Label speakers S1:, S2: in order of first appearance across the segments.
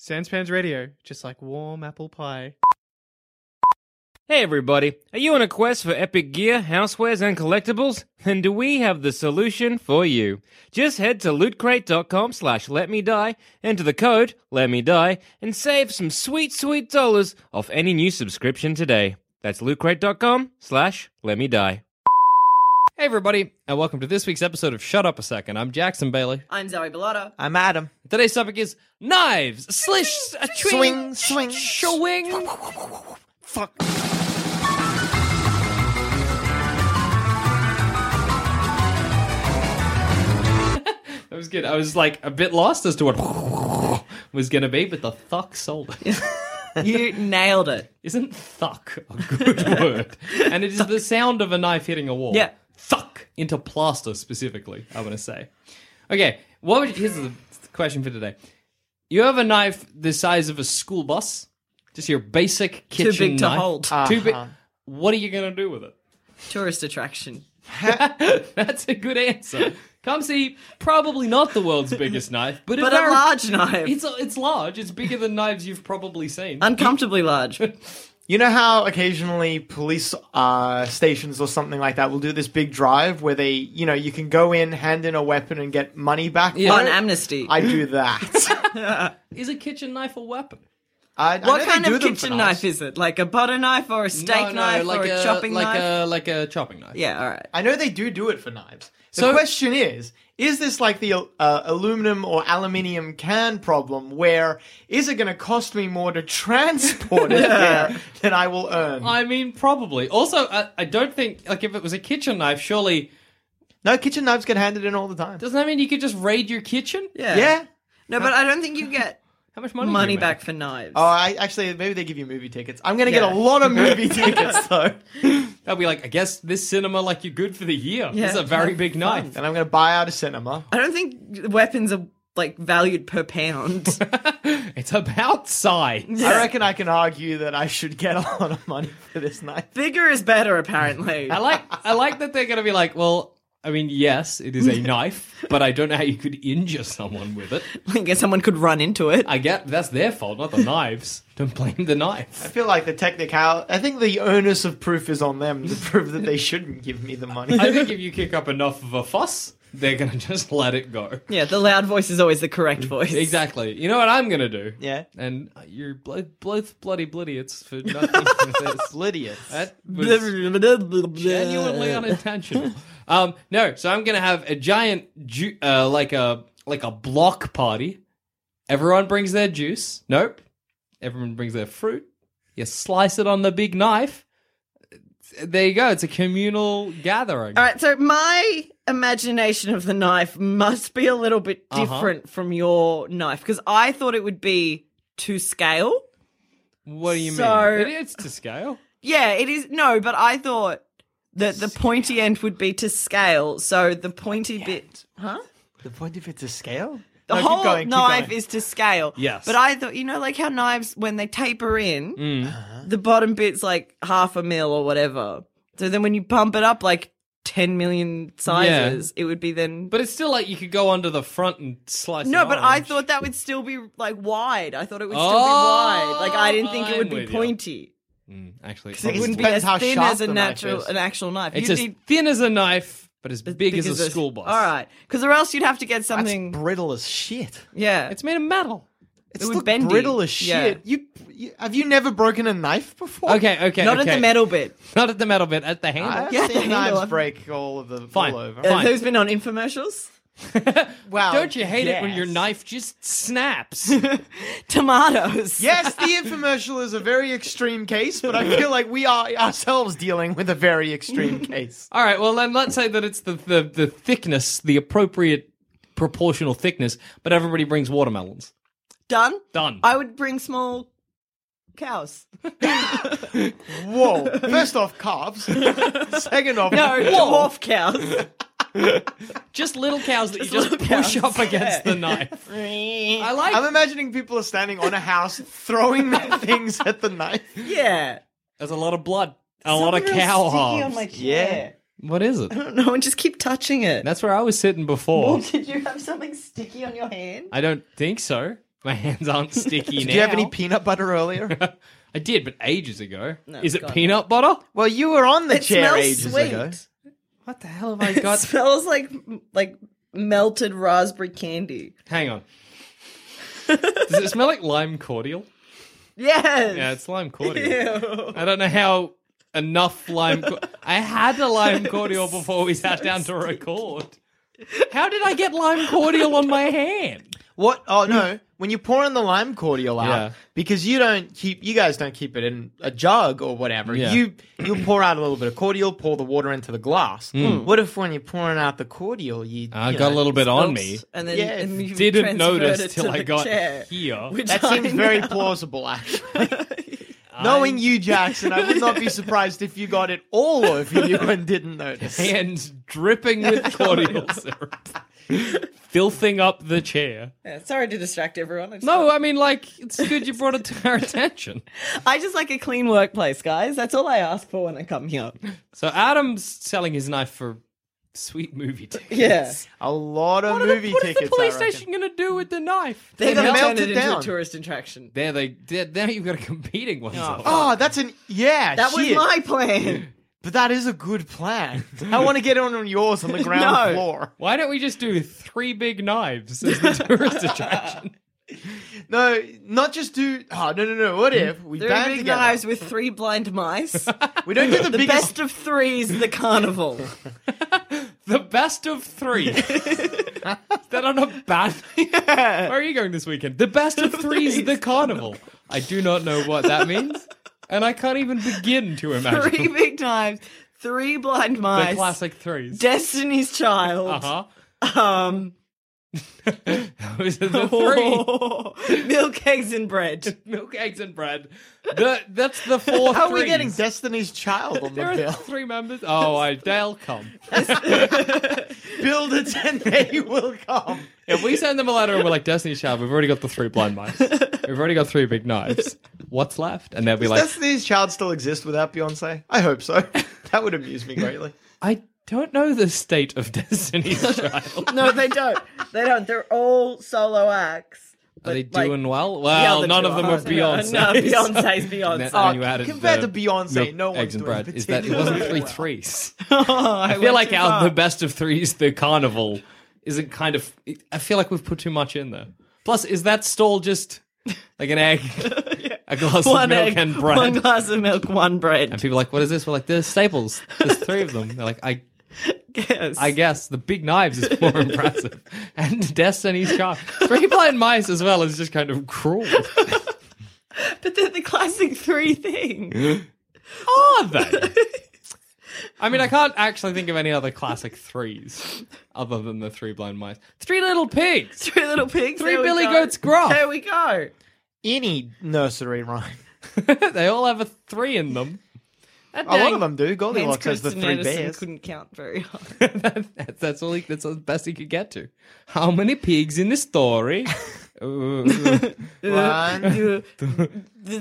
S1: Sanspans Radio, just like warm apple pie.
S2: Hey everybody, are you on a quest for epic gear, housewares, and collectibles? Then do we have the solution for you? Just head to lootcrate.com slash letmedie, enter the code letmedie, and save some sweet, sweet dollars off any new subscription today. That's lootcrate.com slash letmedie.
S3: Hey, everybody, and welcome to this week's episode of Shut Up a Second. I'm Jackson Bailey.
S4: I'm Zoe Bellotta.
S5: I'm Adam.
S3: Today's topic is knives, slish, a twing,
S5: Swing, swing,
S3: showing.
S5: Fuck.
S3: That was good. I was like a bit lost as to what was going to be, but the thuck sold it.
S4: You nailed it.
S3: Isn't thuck a good word? And it is the sound of a knife hitting a wall.
S4: Yeah.
S3: Thuck into plaster specifically, I want to say. Okay, what would, here's the question for today. You have a knife the size of a school bus, just your basic kitchen
S4: big to
S3: knife.
S4: hold. Uh-huh.
S3: Too big. What are you going to do with it?
S4: Tourist attraction.
S3: That's a good answer. Come see, probably not the world's biggest knife, but,
S4: But
S3: a
S4: a
S3: very-
S4: large knife.
S3: It's it's large. It's bigger than knives you've probably seen.
S4: Uncomfortably large.
S5: You know how occasionally police uh, stations or something like that will do this big drive where they, you know, you can go in, hand in a weapon, and get money back. for
S4: On
S5: it?
S4: amnesty.
S5: I do that.
S3: Is a kitchen knife a weapon?
S5: I, I
S4: what
S5: know they
S4: kind
S5: do
S4: of
S5: them for
S4: kitchen
S5: knives.
S4: knife is it? Like a butter knife or a steak
S3: No, no,
S4: knife or a, chopping
S3: like
S4: knife?
S3: a like a chopping knife.
S4: Yeah, all right.
S5: I know they do do it for knives. The
S3: So-
S5: question is, is this like the uh, aluminum or aluminium can problem where is it going to cost me more to transport it there than I will earn?
S3: I mean, probably. Also, I, I don't think like if it was a kitchen knife, surely
S5: no, kitchen knives get handed in all the time.
S3: doesn't that mean you could just raid your kitchen?
S4: Yeah.
S5: yeah.
S4: No, but I don't think you get
S3: How much money? do you
S4: money
S3: make?
S4: back for knives.
S5: Oh, I actually maybe they give you movie tickets. I'm gonna
S4: Yeah.
S5: get a lot of movie tickets though,
S3: That'd be like I guess this cinema like you're good for the year.
S4: Yeah.
S3: This is a very big knife.
S5: and I'm gonna buy out a cinema.
S4: I don't think weapons are like valued per pound.
S3: It's about size.
S5: I reckon I can argue that I should get a lot of money for this knife.
S4: Bigger is better, apparently.
S3: I like I like that they're gonna be like, well, I mean, yes, it is a knife, but I don't know how you could injure someone with it.
S4: I guess someone could run into it.
S3: I get that's their fault, not the knives. Don't blame the
S5: I
S3: knife.
S5: feel like the technical. I think the onus of proof is on them to prove that they shouldn't give me the money.
S3: I think if you kick up enough of a fuss, they're gonna just let it go.
S4: Yeah, the loud voice is always the correct voice.
S3: Exactly. You know what I'm gonna do?
S5: Yeah.
S3: And you're blo- both bloody blidiots for nothing. That's-
S5: Lydia's.
S3: that was genuinely unintentional. Um, no, so I'm gonna have a giant, ju- uh, like a like a block party. Everyone brings their juice. Nope. Everyone brings their fruit. You slice it on the big knife. There you go. It's a communal gathering.
S4: All right, so my imagination of the knife must be a little bit
S3: Uh-huh.
S4: different from your knife because I thought it would be to scale.
S3: What do you
S4: So-
S3: mean? It is to scale.
S4: Yeah, it is. No, but I thought that the pointy end would be to scale. So the pointy bit, huh?
S5: The point if it's a scale.
S4: The
S5: No, keep
S4: whole
S5: going, keep
S4: knife
S5: going.
S4: is to scale.
S3: Yes.
S4: But I thought, you know, like how knives, when they taper in,
S5: Mm. Uh-huh.
S4: the bottom bit's like half a mil or whatever. So then when you bump it up like 10 million sizes, it would be then.
S3: But it's still like you could go under the front and slice.
S4: No,
S3: an
S4: but I
S3: orange.
S4: thought that would still be like wide. I thought it would still
S3: Oh,
S4: be wide. Like I didn't think it
S3: I'm
S4: would be
S3: with you.
S4: pointy.
S3: actually it
S4: It
S3: probably
S4: wouldn't be
S5: depends
S4: as
S5: how
S4: thin
S5: sharp
S4: as a
S5: the knife
S4: natural
S5: is.
S4: an actual knife.
S3: It's
S4: You'd
S3: as
S4: need
S3: thin as a knife, but as, big, as,
S4: because
S3: a
S4: of-
S3: school bus.
S4: All right, because or else you'd have to get
S5: That's
S4: something.
S5: brittle as shit.
S4: yeah,
S3: It's made of metal.
S5: It's
S4: would
S5: look
S4: bendy.
S5: brittle as
S4: Yeah.
S5: shit. You, you have you never broken a knife before?
S3: Okay, okay.
S4: not
S3: okay.
S4: at the metal bit.
S3: Not at the metal bit, at the handle.
S5: I've
S4: Yeah,
S5: seen
S4: the
S5: knives
S4: handle.
S5: break all of the
S3: Fine.
S5: all over.
S3: Uh,
S4: Uh,
S3: Fine.
S4: who's been on infomercials?
S5: Wow.
S3: Don't you hate it when your
S5: yes.
S3: knife just snaps?
S4: Tomatoes.
S5: Yes, the infomercial is a very extreme case, but I feel like we are ourselves dealing with a very extreme case.
S3: All right, well then let's say that it's the, the, the thickness, the appropriate proportional thickness, but everybody brings watermelons.
S4: Done?
S3: Done.
S4: I would bring small cows.
S5: Whoa. First off, calves. Second off,
S4: No, dwarf cows.
S3: Just little cows that you just push
S4: cows.
S3: up against the knife. I like.
S5: I'm imagining people are standing on a house throwing their things at the knife.
S4: yeah.
S3: There's a lot of blood. and A lot of cow halves.
S4: yeah.
S3: What is it?
S4: I don't know, and just keep touching it.
S3: That's where I was sitting before.
S4: Did you have something sticky on your hand?
S3: I don't think so. My hands aren't sticky now.
S5: Did you have any peanut butter earlier?
S3: I did, but ages ago.
S4: No,
S3: is it
S4: God.
S3: peanut butter?
S5: well, you were on the
S4: It
S5: chair
S4: smells
S5: ages
S4: sweet.
S5: ago.
S3: What the hell have I
S4: It smells like like melted raspberry candy.
S3: Hang on. Does it smell like lime cordial?
S4: Yes.
S3: Yeah, it's lime cordial.
S4: Ew.
S3: I don't know how enough lime. Co- I had a lime cordial before we sat down to record. How did I get lime cordial on my hand?
S5: What? Oh no! When you pour in the lime cordial out,
S3: Hmm. Yeah.
S5: because you don't keep, you guys don't keep it in a jug or whatever.
S3: Yeah.
S5: You you pour out a little bit of cordial, pour the water into the glass. What if when you're pouring out the cordial, you,
S3: Hmm. I
S5: you
S3: got a
S5: know,
S3: little bit on me.
S4: And then
S5: Yeah,
S4: and you
S3: Didn't
S4: transferred it
S3: notice
S4: to
S3: till I
S4: the
S3: got
S4: chair,
S3: here.
S4: which
S5: That
S4: I
S5: seems very
S4: now-
S5: plausible, actually. Knowing you, Jackson, I would not be surprised if you got it all over you and didn't notice.
S3: Hands dripping with cordial syrup, filthing up the chair.
S4: Yeah, sorry to distract everyone. I just,
S3: No, uh, I mean, like, it's good you brought it to our attention.
S4: I just like a clean workplace, guys. That's all I ask for when I come here.
S3: So Adam's selling his knife for sweet movie tickets.
S4: Yeah.
S5: A lot of
S3: What, are
S5: movie
S3: the, what is
S5: tickets.
S3: the police
S5: I reckon.
S3: station going to do with the knife?
S4: They're
S5: gonna
S4: going to
S5: melt
S4: turn
S5: it
S4: it into
S5: down.
S4: a tourist attraction.
S3: There they did. Now you've got a competing one.
S5: Oh, that's an yeah.
S4: That was
S5: shit.
S4: my plan.
S5: But that is a good plan. I want to get on yours on the ground
S4: No.
S5: floor.
S3: Why don't we just do three big knives as the tourist attraction?
S5: No, not just do. Oh no, no, no. What if we
S4: Three
S5: band
S4: big
S5: together?
S4: knives with three blind mice.
S5: We don't do the,
S4: the
S5: biggest.
S4: best of threes, the carnival.
S3: The best of three. Is that on a bad? Where are you going this weekend? The best of three is the carnival. I do not know what that means, and I can't even begin to imagine
S4: three big knives, three blind
S3: the
S4: mice.
S3: classic threes.
S4: Destiny's Child.
S3: uh
S4: Um,
S3: huh. Those are the three.
S4: milk, eggs, and bread.
S3: Milk, eggs, and bread. The, that's the four.
S5: How are we getting
S3: threes.
S5: Destiny's Child on the
S3: There are
S5: bill?
S3: three members. Oh, I, they'll come.
S5: Build it and they will come.
S3: If we send them a letter and we're like, Destiny's Child, we've already got the three blind mice. We've already got three big knives. What's left? And they'll be like,
S5: Destiny's Child still exist without Beyonce? I hope so. That would amuse me greatly.
S3: I don't know the state of Destiny's Child.
S4: No, they don't. They don't. They're all solo acts.
S3: Are they
S4: like,
S3: doing well?
S4: the
S3: Well,
S4: other
S3: Oh, none
S4: two
S3: of them are Beyonce.
S4: No, Beyonce's Beyonce.
S3: That's when you added
S5: compared
S3: the
S5: to Beyonce,
S3: milk,
S5: no one's
S3: eggs and
S5: doing
S3: bread. Is that it wasn't
S5: particularly
S3: three
S5: well.
S3: threes?
S4: Oh, I,
S3: I feel
S4: went
S3: like
S4: too
S3: out
S4: far.
S3: the best of threes, the carnival isn't kind of. I feel like we've put too much in there. Plus, is that stall just like an egg, a glass of
S4: one
S3: milk
S4: egg,
S3: and bread?
S4: one glass of milk, one bread.
S3: And people are like, what is this? We're like, there's staples. There's three of them. They're like, I,
S4: Yes.
S3: I guess the big knives is more impressive. And Destiny's Child. Three blind mice as well is just kind of cruel.
S4: but they're the classic three thing.
S3: Are they? I mean, I can't actually think of any other classic threes other than the three blind mice. Three little pigs.
S4: Three little pigs.
S3: Three
S4: there we
S3: Billy
S4: go.
S3: Goats Gruff.
S4: There we go.
S5: Any nursery rhyme.
S3: they all have a three in them. That
S5: A lot
S3: dang-
S5: of them do.
S4: Hans
S5: Goldilocks has the
S4: Christian
S5: three
S4: Andersen
S5: bears.
S4: couldn't count very hard.
S3: That- that's all. He, that's the best he could get to. How many pigs in the story? Uh,
S5: One.
S4: You- the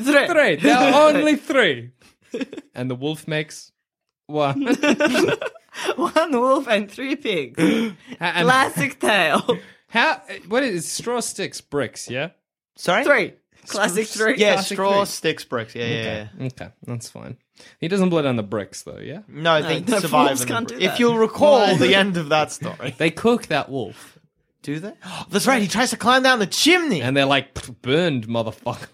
S4: threat.
S3: three. There are only three. And the wolf makes one.
S4: One wolf and three pigs.
S3: And
S4: Classic tale.
S3: how? What is straw sticks bricks? Yeah.
S5: Sorry?
S4: Three. Classic three.
S5: Yeah,
S3: Classic
S5: straw,
S3: three.
S5: sticks, bricks. Yeah, yeah, yeah.
S3: Okay, that's fine. He doesn't blow down the bricks though. Yeah.
S5: No, I think
S4: no,
S5: survive.
S4: wolves
S5: in the
S4: can't
S5: bri-
S4: do
S5: If
S4: that.
S5: you'll recall the end of that story.
S3: They cook that wolf,
S5: Do they? That's right. He tries to climb down the chimney.
S3: and they're like "Pff, burned, motherfucker.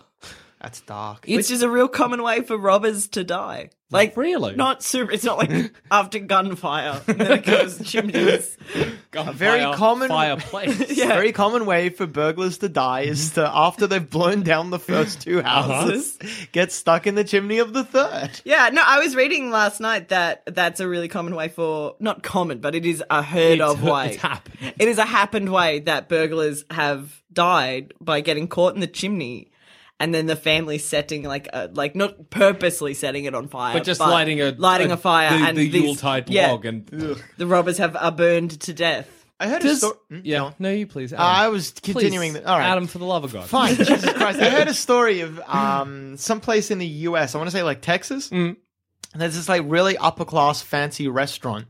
S5: That's dark.
S3: It's-
S4: Which is a real common way for robbers to die. Like
S3: Really?
S4: Not super it's not like after gunfire and then it goes chimneys.
S3: Gunfire
S5: very common-
S3: fireplace.
S4: Yeah.
S5: Very common way for burglars to die is
S3: Mm-hmm.
S5: to after they've blown down the first two
S3: Uh-huh.
S5: houses, get stuck in the chimney of the third.
S4: Yeah, no, I was reading last night that that's a really common way for not common, but it is a heard
S3: It's-
S4: of way.
S3: it's happened.
S4: It is a happened way that burglars have died by getting caught in the chimney, and then the family setting like a, like not purposely setting it on fire,
S3: But just lighting a
S4: lighting a, fire
S3: the,
S4: and
S3: the
S4: these-
S3: Yuletide
S4: yeah,
S3: log and
S4: the robbers have are burned to death.
S5: I heard a
S3: Does-
S5: story.
S3: yeah. No. you please. Adam.
S5: Hmm, I was continuing.
S3: Please,
S5: the- all right,
S3: Adam, for the love of God.
S5: Fine, Jesus Christ. I heard a story of um someplace in the US, I want to say like Texas.
S3: Mm.
S5: And there's this like really upper class fancy restaurant.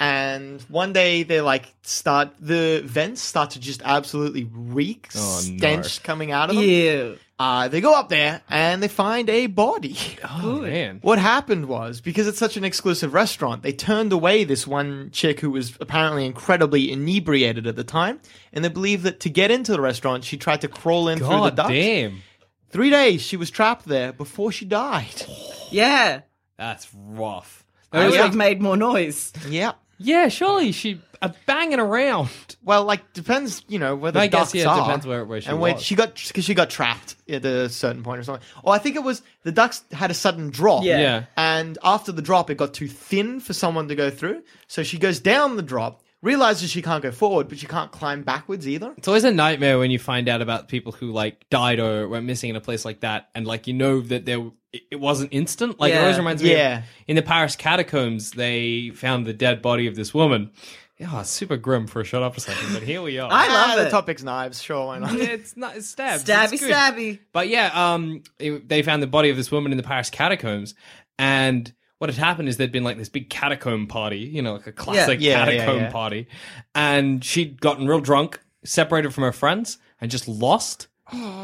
S5: And one day they like start the vents start to just absolutely reek
S3: Oh, no.
S5: stench coming out of them.
S4: Ew.
S5: Uh, they go up there and they find a body.
S3: Oh, man.
S5: What happened was because it's such an exclusive restaurant, they turned away this one chick who was apparently incredibly inebriated at the time, and they believe that to get into the restaurant, she tried to crawl in through the
S3: God
S5: duct.
S3: damn.
S5: Three days she was trapped there before she died.
S3: Oh.
S4: Yeah,
S3: That's rough.
S4: I
S3: That was
S4: would have
S3: like-
S4: made more noise.
S5: yeah.
S3: Uh, yeah, surely she uh, banging around.
S5: Well, like depends, you know, where the
S3: I guess,
S5: ducts
S3: yeah, it
S5: are.
S3: depends where- where she
S5: and when
S3: was.
S5: she got because she got trapped at a certain point or something. Or I think it was the ducks had a sudden drop.
S4: Yeah.
S3: Yeah.
S5: And after the drop, it got too thin for someone to go through. So she goes down the drop, realizes she can't go forward, but she can't climb backwards either.
S3: It's always a nightmare when you find out about people who like died or went missing in a place like that, and like you know that there it- it wasn't instant. Like it
S4: Yeah.
S3: always reminds me. of-
S5: Yeah.
S3: in the Paris catacombs, they found the dead body of this woman. Yeah, it's super grim for a shut up a second, but here we are.
S4: I love
S5: ah,
S4: it.
S5: The topic's knives. Sure, why not?
S3: it's not it's stabs.
S4: Stabby,
S3: It's good.
S4: stabby.
S3: But yeah, um, it- they found the body of this woman in the Paris catacombs, and what had happened is there'd been like this big catacomb party, you know, like a classic
S5: Yeah, yeah,
S3: catacomb
S5: yeah.
S3: party, and she'd gotten real drunk, separated from her friends, and just lost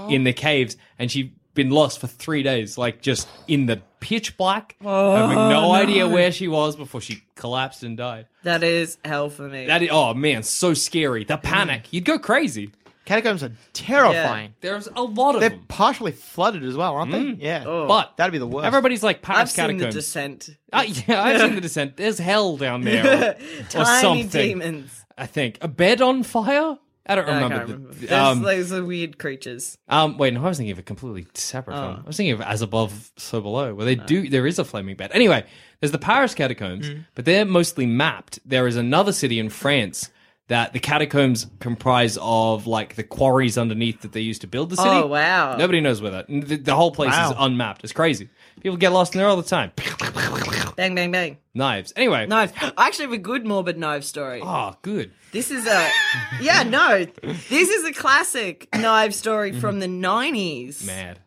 S3: in the caves, and she'd been lost for three days, like just in the pitch black, having no,
S5: Oh,
S3: idea where she was before she collapsed and died.
S4: That is hell for me.
S3: That is, oh man, so scary. The panic, you'd go crazy.
S5: Catacombs are terrifying.
S3: There's a lot of
S5: They're
S3: them,
S5: partially flooded as well, aren't
S3: Mm.
S5: they? Yeah.
S4: Oh.
S3: but
S5: That'd be the worst.
S3: everybody's like
S4: I've
S3: Paris
S4: seen
S3: catacombs.
S4: the descent.
S3: Uh, yeah, I've seen the descent. There's hell down there, or, or
S4: Tiny
S3: something.
S4: demons.
S3: I think a bed on fire. I don't remember.
S4: I can't
S3: the-
S4: remember.
S3: the-
S4: There's-
S3: um,
S4: those are weird creatures.
S3: um, wait, no, I was thinking of a completely separate
S4: Oh.
S3: film. I was thinking of As Above, So Below, where they do there is a flaming bed. Anyway, there's the Paris catacombs,
S4: Mm.
S3: but they're mostly mapped. There is another city in France that the catacombs comprise of, like the quarries underneath that they used to build the city.
S4: Oh, wow.
S3: Nobody knows where that. The, the whole place is
S5: Wow.
S3: unmapped. It's crazy. People get lost in there all the time. Oh.
S4: Bang, bang, bang.
S3: Knives. Anyway.
S4: Knives. I actually have a good morbid knife story.
S3: Oh, good.
S4: This is a. Yeah, no. This is a classic knife story
S3: Mm-hmm.
S4: from the 90s.
S3: Mad.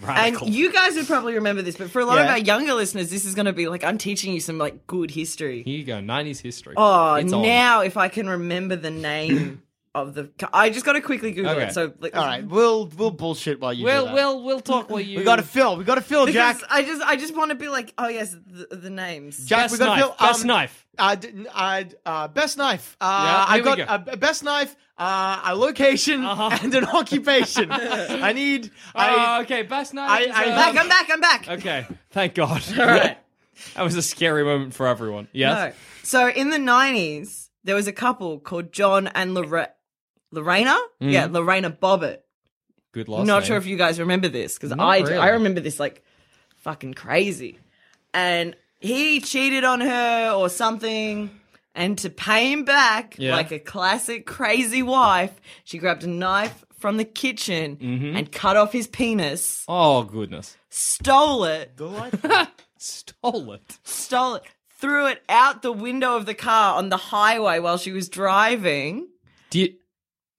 S4: And
S3: Radical.
S4: you guys would probably remember this, but for a lot of
S5: Yeah.
S4: our younger listeners, this is going to be like, I'm teaching you some like good history.
S3: Here you go, 90s history.
S4: Oh,
S3: It's on.
S4: now if I can remember the name of the. I just got to quickly Google
S3: Okay.
S4: it. So, like,
S5: All right, we'll we'll bullshit while you. do
S3: Well,
S5: that.
S3: well, we'll talk while you.
S5: we got to fill. We got to fill,
S4: Because
S5: Jack.
S4: I just, I just want to be like, oh yes, the, the names.
S5: Jack,
S3: Best
S5: we got
S3: knife.
S5: to fill.
S3: best knife.
S5: I didn't. I uh, best knife. Uh,
S3: Yeah,
S5: I
S3: here we
S5: got
S3: go. Uh-huh.
S5: a b- best knife, uh, a location, and an occupation. I need. I,
S3: oh, okay, best knife.
S5: I-
S3: is,
S5: I-
S3: uh,
S4: Back, I'm back, I'm back.
S3: okay, thank God.
S4: All right.
S3: that was a scary moment for everyone.
S4: No.
S3: Yes.
S4: So in the nineties, there was a couple called John and Lore- Lorena.
S3: Mm.
S4: Yeah, Lorena Bobbitt.
S3: Good
S4: I'm
S3: last
S4: not
S3: name.
S4: sure if you guys remember this because
S3: Not
S4: I do. I
S3: really.
S4: remember this like fucking crazy, and he cheated on her or something. And to pay him back,
S3: Yeah.
S4: like a classic crazy wife, she grabbed a knife from the kitchen
S3: Mm-hmm.
S4: and cut off his penis,
S3: Oh goodness,
S4: stole it,
S3: stole it.
S4: stole it, threw it out the window of the car on the highway while she was driving,
S3: Did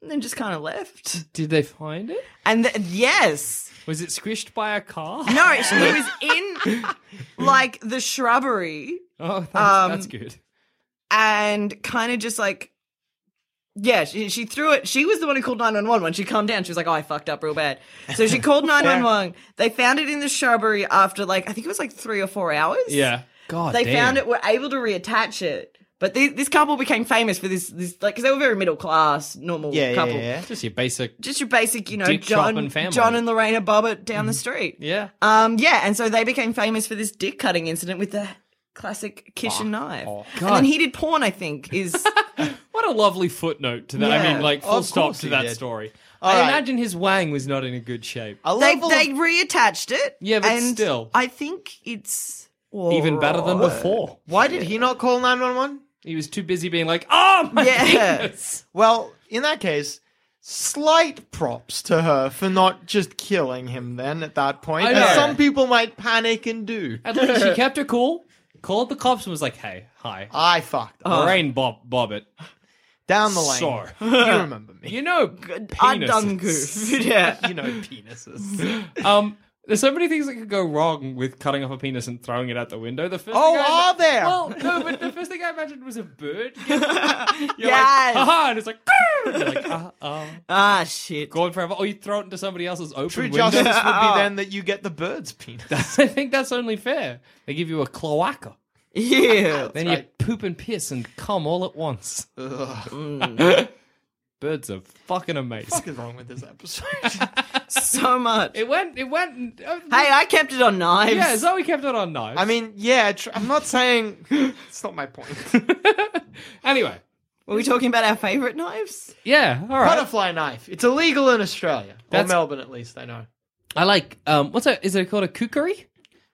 S4: and then just kind of left.
S3: did they find it?
S4: And th- yes,
S3: Was it squished by a car?
S4: no, she was in like the shrubbery
S3: Oh, thanks.
S4: Um,
S3: that's good.
S4: and kind of just like. Yeah, she, she threw it. She was the one who called 911 when she calmed down. She was like, oh, I fucked up real bad. So she called 911. They found it in the shrubbery after, like, I think it was like three or four hours.
S3: Yeah. God.
S4: they
S3: damn.
S4: found it, were able to reattach it. But thi- this couple became famous for this, this like, because they were very middle class, normal
S5: yeah, yeah,
S4: couple.
S5: yeah.
S3: Just your basic.
S4: Just your basic, you know,
S3: Dick
S4: John,
S3: shopping family. Mm-hmm.
S4: John and Lorena Bobbitt down the street.
S3: Yeah.
S4: Um, yeah, and so they became famous for this dick
S3: Oh,
S4: cutting incident with the classic kitchen knife. and then he did porn, I think, is
S3: What a lovely footnote to that. I
S5: Yeah,
S3: mean, like full
S5: of
S3: stop
S5: course
S3: to
S5: he
S3: that
S5: did.
S3: story.
S5: All
S3: I
S5: right.
S3: imagine his wang was not in a good shape.
S5: A
S4: They
S5: level
S4: they
S5: of-
S4: reattached it.
S3: Yeah, but
S4: and
S3: still.
S4: I think it's
S3: Even better than
S5: Oh.
S4: alright.
S3: before.
S5: why did he not call 911?
S3: He was too busy being like, "Oh my
S4: Yeah.
S3: goodness."
S5: Well, in that case, slight props to her for not just killing him then at that point.
S3: I
S5: as
S3: know.
S5: some people might panic and do.
S3: At least she kept her cool, called the cops, and was like, "Hey, hi,
S5: I fucked. up.
S3: Lorraine Bob Bobbitt.
S5: Down the lane.
S3: Uh, Sorry.
S5: You remember me.
S3: You know,
S4: I'm
S3: penises.
S4: done goof. Yeah.
S5: You know penises.
S3: Um, there's so many things that could go wrong with cutting off a penis and throwing it out the window. The first
S5: Oh,
S3: thing I ima-
S5: are there?
S3: Well, no, but the first thing I imagined was a bird. You're
S4: Yes.
S3: like, "Ah." haha, and it's like, "Grr!" and you're like, ah, ah,
S4: ah shit.
S3: gone forever. Or you throw it into somebody else's open
S5: True
S3: window.
S5: justice would be then that you get the bird's penis.
S3: I think that's only fair. They give you a cloaca.
S4: Yeah.
S3: Then you poop and piss and cum all at once. Mm. Birds are fucking
S5: What
S3: amazing.
S5: the fuck is wrong with this episode?
S4: so much.
S3: It went. It went. uh,
S4: Hey, I kept it on knives.
S3: yeah, Zoe kept it on knives.
S5: I mean, yeah, tr- I'm not saying it's not my point.
S3: anyway.
S4: Were we talking about our favorite knives?
S3: Yeah. All right.
S5: Butterfly knife. It's illegal in Australia.
S3: That's-
S5: or Melbourne, at least, I know.
S3: I like. Um. What's that? Is it called a kukri?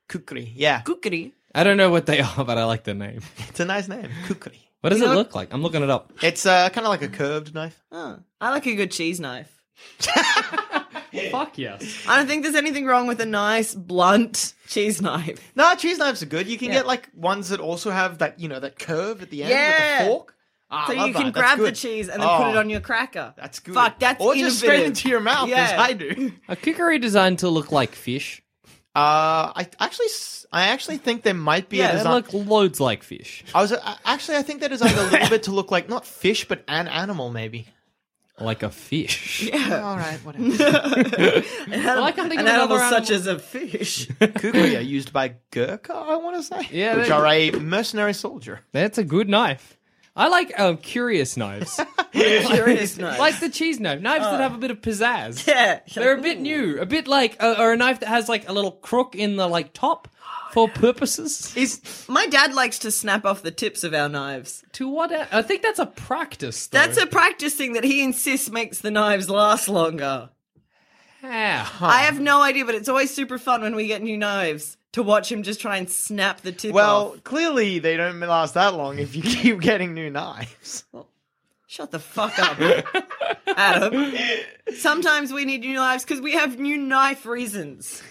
S5: Kukri. Yeah.
S4: Cookity.
S3: I don't know what they are, but I like the name.
S5: It's a nice name. Kukri.
S3: What does
S4: You
S3: it
S4: know-
S3: look like? I'm looking it up.
S5: It's uh, kind of like a curved knife.
S4: Oh, I like a good cheese knife.
S3: Fuck yes.
S4: I don't think there's anything wrong with a nice blunt cheese knife.
S5: No, cheese knives are good. You can get like ones that also have that, you know, that curve at the end
S4: Yeah.
S5: with the fork. Ah,
S4: So
S5: I love
S4: you can
S5: that. That's
S4: grab the
S5: good.
S4: cheese and then put
S5: Oh.
S4: it on your cracker.
S5: That's good.
S4: Fuck, that's
S5: or just straight
S4: innovative.
S5: into your mouth, as
S4: Yeah.
S5: I do.
S3: A kukri designed to look like fish.
S5: Uh, I actually, s- I actually think there might be a
S3: Yeah, they
S5: design.
S3: look loads like fish.
S5: I was uh, actually, I think they designed a little bit to look like not fish, but an animal, maybe.
S3: Like a fish.
S5: All right, whatever.
S4: An
S3: I can't think
S4: an
S3: of another
S4: animal such
S3: animal.
S4: as a fish.
S5: Kukri are used by Gurkha, I want to say,
S3: Yeah,
S5: which
S3: they-
S5: are a mercenary soldier.
S3: That's a good knife. I like um, curious knives.
S4: Curious knife.
S3: like the cheese knife. Knives that have a bit of pizzazz.
S4: Uh. yeah.
S3: They're a bit new. A bit like, uh, or a knife that has like a little crook in the like top for purposes.
S4: Is my dad likes to snap off the tips of our knives.
S3: To what? e- I think that's a practice. Though.
S4: That's a practice thing that he insists makes the knives last longer.
S3: How?
S4: I have no idea, but it's always super fun when we get new knives to watch him just try and snap the tip
S5: Well,
S4: off.
S5: clearly they don't last that long if you keep getting new knives.
S4: Shut the fuck up, Adam. Sometimes we need new knives because we have new knife reasons,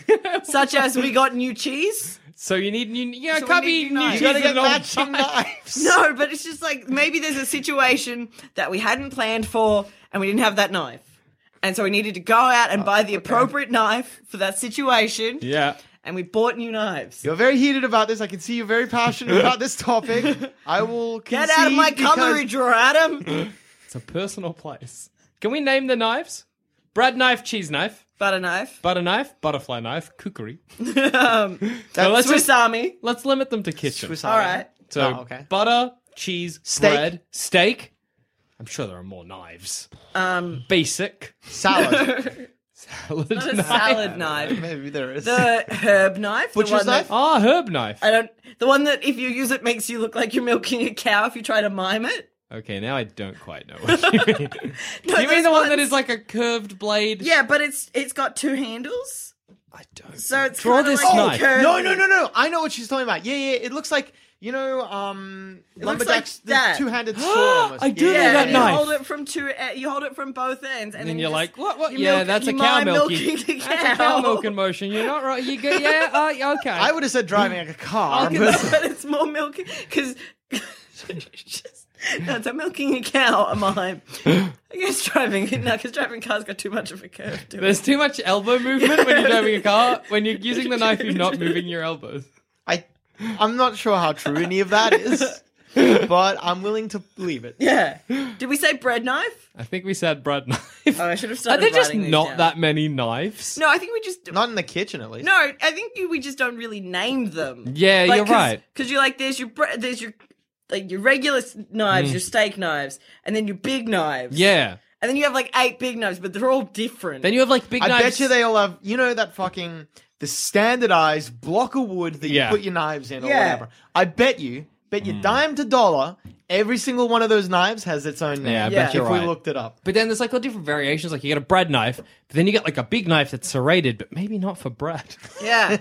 S4: such as we got new cheese.
S3: So you need new.
S4: So
S3: Yeah, it
S4: we
S3: can't
S4: need
S3: be
S4: new
S3: new.
S4: knives.
S5: You
S3: cheese
S5: gotta
S3: and
S5: get
S3: old
S5: matching
S3: knives.
S5: knives.
S4: No, but it's just like maybe there's a situation that we hadn't planned for and we didn't have that knife. And so we needed to go out and buy the appropriate knife for that situation.
S3: Oh, Yeah.
S4: And we bought new knives.
S5: You're very heated about this. I can see you're very passionate about this topic. I will
S4: Get out of my
S5: concede because-
S4: cutlery drawer, Adam.
S3: It's a personal place. Can we name the knives? Brad knife, cheese knife,
S4: Butter knife.
S3: butter knife, butterfly knife, kukri.
S5: That's
S3: No, let's
S4: Um, Swiss
S3: just
S4: Army.
S3: let's limit them to kitchen.
S5: Swiss
S4: All
S5: Army.
S4: right.
S3: So
S5: Oh, okay.
S3: butter, cheese,
S5: Steak.
S3: bread, steak. I'm sure there are more knives.
S4: Um,
S3: Basic
S5: salad.
S3: salad
S4: not a
S3: knife.
S4: salad knife.
S5: Maybe there is.
S4: The herb knife. the
S5: Butcher's
S4: one that-
S5: knife?
S3: Ah, herb knife.
S4: I don't. The one that if you use it makes you look like you're milking a cow if you try to mime it.
S3: Okay, now I don't quite know what you mean.
S4: No,
S3: you mean
S4: there's
S3: the one that
S4: ones-
S3: is like a curved blade?
S4: Yeah, but it's it's got two handles,
S3: I don't.
S4: so it's
S3: Draw
S4: kinda
S3: this
S4: like
S3: knife.
S4: curved.
S5: no, no, no, no. I know what she's talking about. Yeah, yeah. It looks like you know, um,
S4: looks
S5: lumberjacks,
S4: like that.
S5: the two-handed sword. Almost.
S3: I do know
S4: Yeah,
S3: that
S4: you
S3: knife.
S4: hold it from two. uh, You hold it from both ends, and,
S3: And then
S4: then
S3: you're
S4: you
S3: like,
S4: just-
S3: what? What?
S4: you
S3: yeah,
S4: milk-
S3: that's a
S4: you
S3: cow
S4: mime
S3: milky.
S4: milking the
S3: That's a cow
S4: cow.
S3: milking motion. You're not right. You go, yeah, uh, okay.
S5: I would have said driving like a car.
S4: Because but it's more milking because that's a milking a cow. A mime. I guess driving no, because driving cars got too much of a curve. to it.
S3: There's too much elbow movement when you're driving a car. When you're using the knife, you're not moving your elbows.
S5: I, I'm not sure how true any of that is, but I'm willing to believe it.
S4: Yeah. Did we say bread knife?
S3: I think we said bread knife.
S4: Oh, I should have
S3: Are
S4: started.
S3: there just
S4: writing these
S3: not
S4: down.
S3: that many knives?
S4: No, I think we just
S5: Not in the kitchen, at least.
S4: No, I think you, we just don't really name them.
S3: Yeah, you're right.
S4: Because you're like, there's your bre- there's your like your regular s- knives, your steak knives, and then your big knives.
S3: Mm. Yeah.
S4: and then you have like eight big knives, but they're all different.
S3: Then you have like big
S5: I
S3: knives.
S5: bet you they all have. You know that fucking the standardized block of wood that
S3: Yeah. Hmm.
S5: you put your knives in or
S4: Yeah.
S5: whatever. I bet you, bet you dime to dollar, Every single one of those knives has its own name.
S3: Yeah, I
S4: bet Yeah.
S5: if
S4: you're
S5: we
S3: right.
S5: looked it up.
S3: But then there's like all different variations. Like you get a bread knife, but then you get like a big knife that's serrated, but maybe not for bread.
S4: Yeah.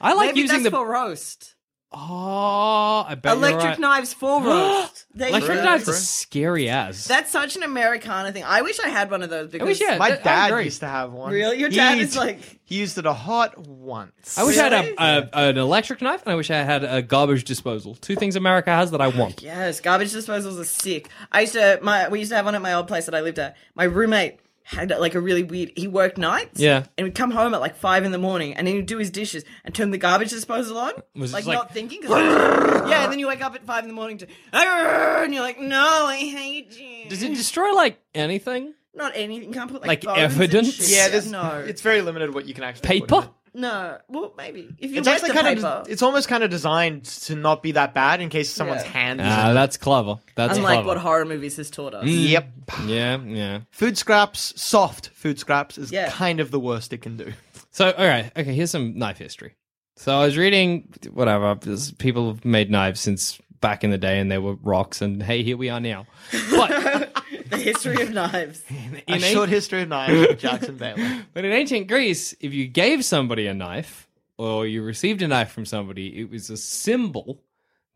S3: I like
S4: Maybe
S3: using
S4: that's
S3: the
S4: for roast.
S3: oh, I bet
S4: Electric
S3: you're right.
S4: knives for roast. There you
S3: Electric
S4: go.
S3: knives are scary as.
S4: That's such an Americana thing. I wish I had one of those because
S3: wish you had-
S5: My
S3: I- I
S5: dad
S3: agree.
S5: used to have one.
S4: Really? Your
S5: He
S4: dad is
S5: used-
S4: like-
S5: he used it a hot once.
S3: I wish I had
S4: Really?
S3: a, a, an electric knife, and I wish I had a garbage disposal. Two things America has that I want.
S4: Yes, garbage disposals are sick. I used to my we used to have one at my old place that I lived at. My roommate had like a really weird. He worked nights.
S3: Yeah.
S4: and would come home at like five in the morning, and then he'd do his dishes and turn the garbage disposal on,
S3: Was
S4: like,
S3: just like-
S4: not thinking. 'cause- yeah, and then you wake up at five in the morning to, and you're like, no, I hate you.
S3: Does it destroy like anything?
S4: not anything? Can't put
S3: like
S4: like, bones and
S3: evidence?
S4: shit.
S5: Yeah, there's
S4: no,
S5: It's very limited what you can actually put in
S3: Paper?
S5: it.
S4: no. Well, maybe if you
S5: It's
S4: wet
S5: actually
S4: the
S5: kind
S4: paper.
S5: of. It's almost kind of designed to not be that bad in case someone's
S4: Yeah.
S5: hand. is
S3: Ah,
S5: in it.
S3: that's clever. That's Mm.
S4: unlike
S3: clever.
S4: what horror movies has taught us.
S5: Yep.
S3: yeah, yeah.
S5: Food scraps, soft food scraps, is
S4: Yeah.
S5: kind of the worst it can do.
S3: So, all right, okay. Here's some knife history. So, I was reading whatever. this- People have made knives since back in the day, and they were rocks. And hey, here we are now. But
S4: the history of knives.
S5: A
S3: an-
S5: short history of knives with Jackson Bailey.
S3: But in ancient Greece, if you gave somebody a knife or you received a knife from somebody, it was a symbol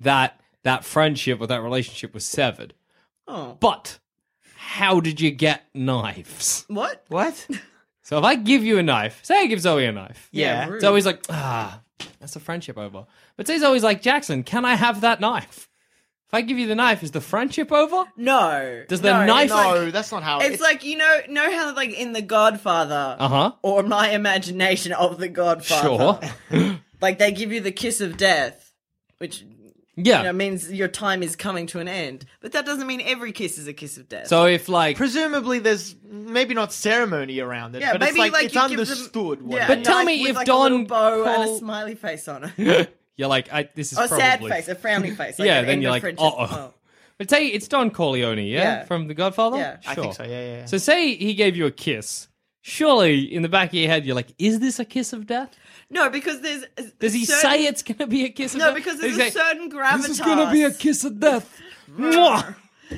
S3: that that friendship or that relationship was severed.
S4: Oh,
S3: But how did you get knives?
S4: what?
S5: What?
S3: So if I give you a knife, say I give Zoe a knife.
S5: Yeah.
S4: rude.
S3: It's always like, ah, that's a friendship over. But say Zoe's like, Jackson, can I have that knife? If I give you the knife, is the friendship over?
S4: No.
S3: Does the
S4: no, it's
S3: knife- Oh,
S4: like-
S5: No, that's not how.
S4: It's, like you know, know how like in The Godfather,
S3: Uh huh.
S4: or my imagination of The Godfather.
S3: Sure.
S4: Like they give you the kiss of death, which you know
S3: Yeah.
S4: means your time is coming to an end. But that doesn't mean every kiss is a kiss of death.
S3: So if like
S5: presumably there's maybe not ceremony around it,
S4: yeah,
S5: but
S4: maybe
S5: it's like, it's
S4: you give them-
S5: understood. what
S4: yeah,
S5: it
S3: But
S4: a
S5: is.
S3: tell
S4: knife
S3: me
S4: with,
S3: if
S4: like, a
S3: Don
S4: little bow and a
S3: Cole-
S4: smiley face on it,
S3: you're like, I, this is
S4: or a
S3: probably
S4: Oh, sad face, a frowny face. Like
S3: Yeah,
S4: an
S3: then
S4: end
S3: you're
S4: of
S3: like,
S4: friendship.
S3: uh-oh. But say it's Don Corleone, yeah,
S4: Yeah.
S3: from The Godfather.
S4: Yeah.
S5: I think so. Yeah, yeah. yeah.
S3: So say he gave you a kiss. Surely, in the back of your head, you're like, "Is this a kiss of death?
S4: No, because there's
S3: Does he
S4: certain-
S3: say it's gonna be a kiss of
S4: no?
S3: death?
S4: Because
S3: Does
S4: there's
S3: he
S4: a
S3: say,
S4: certain gravitas.
S3: This is gonna be a kiss of death. Mwah!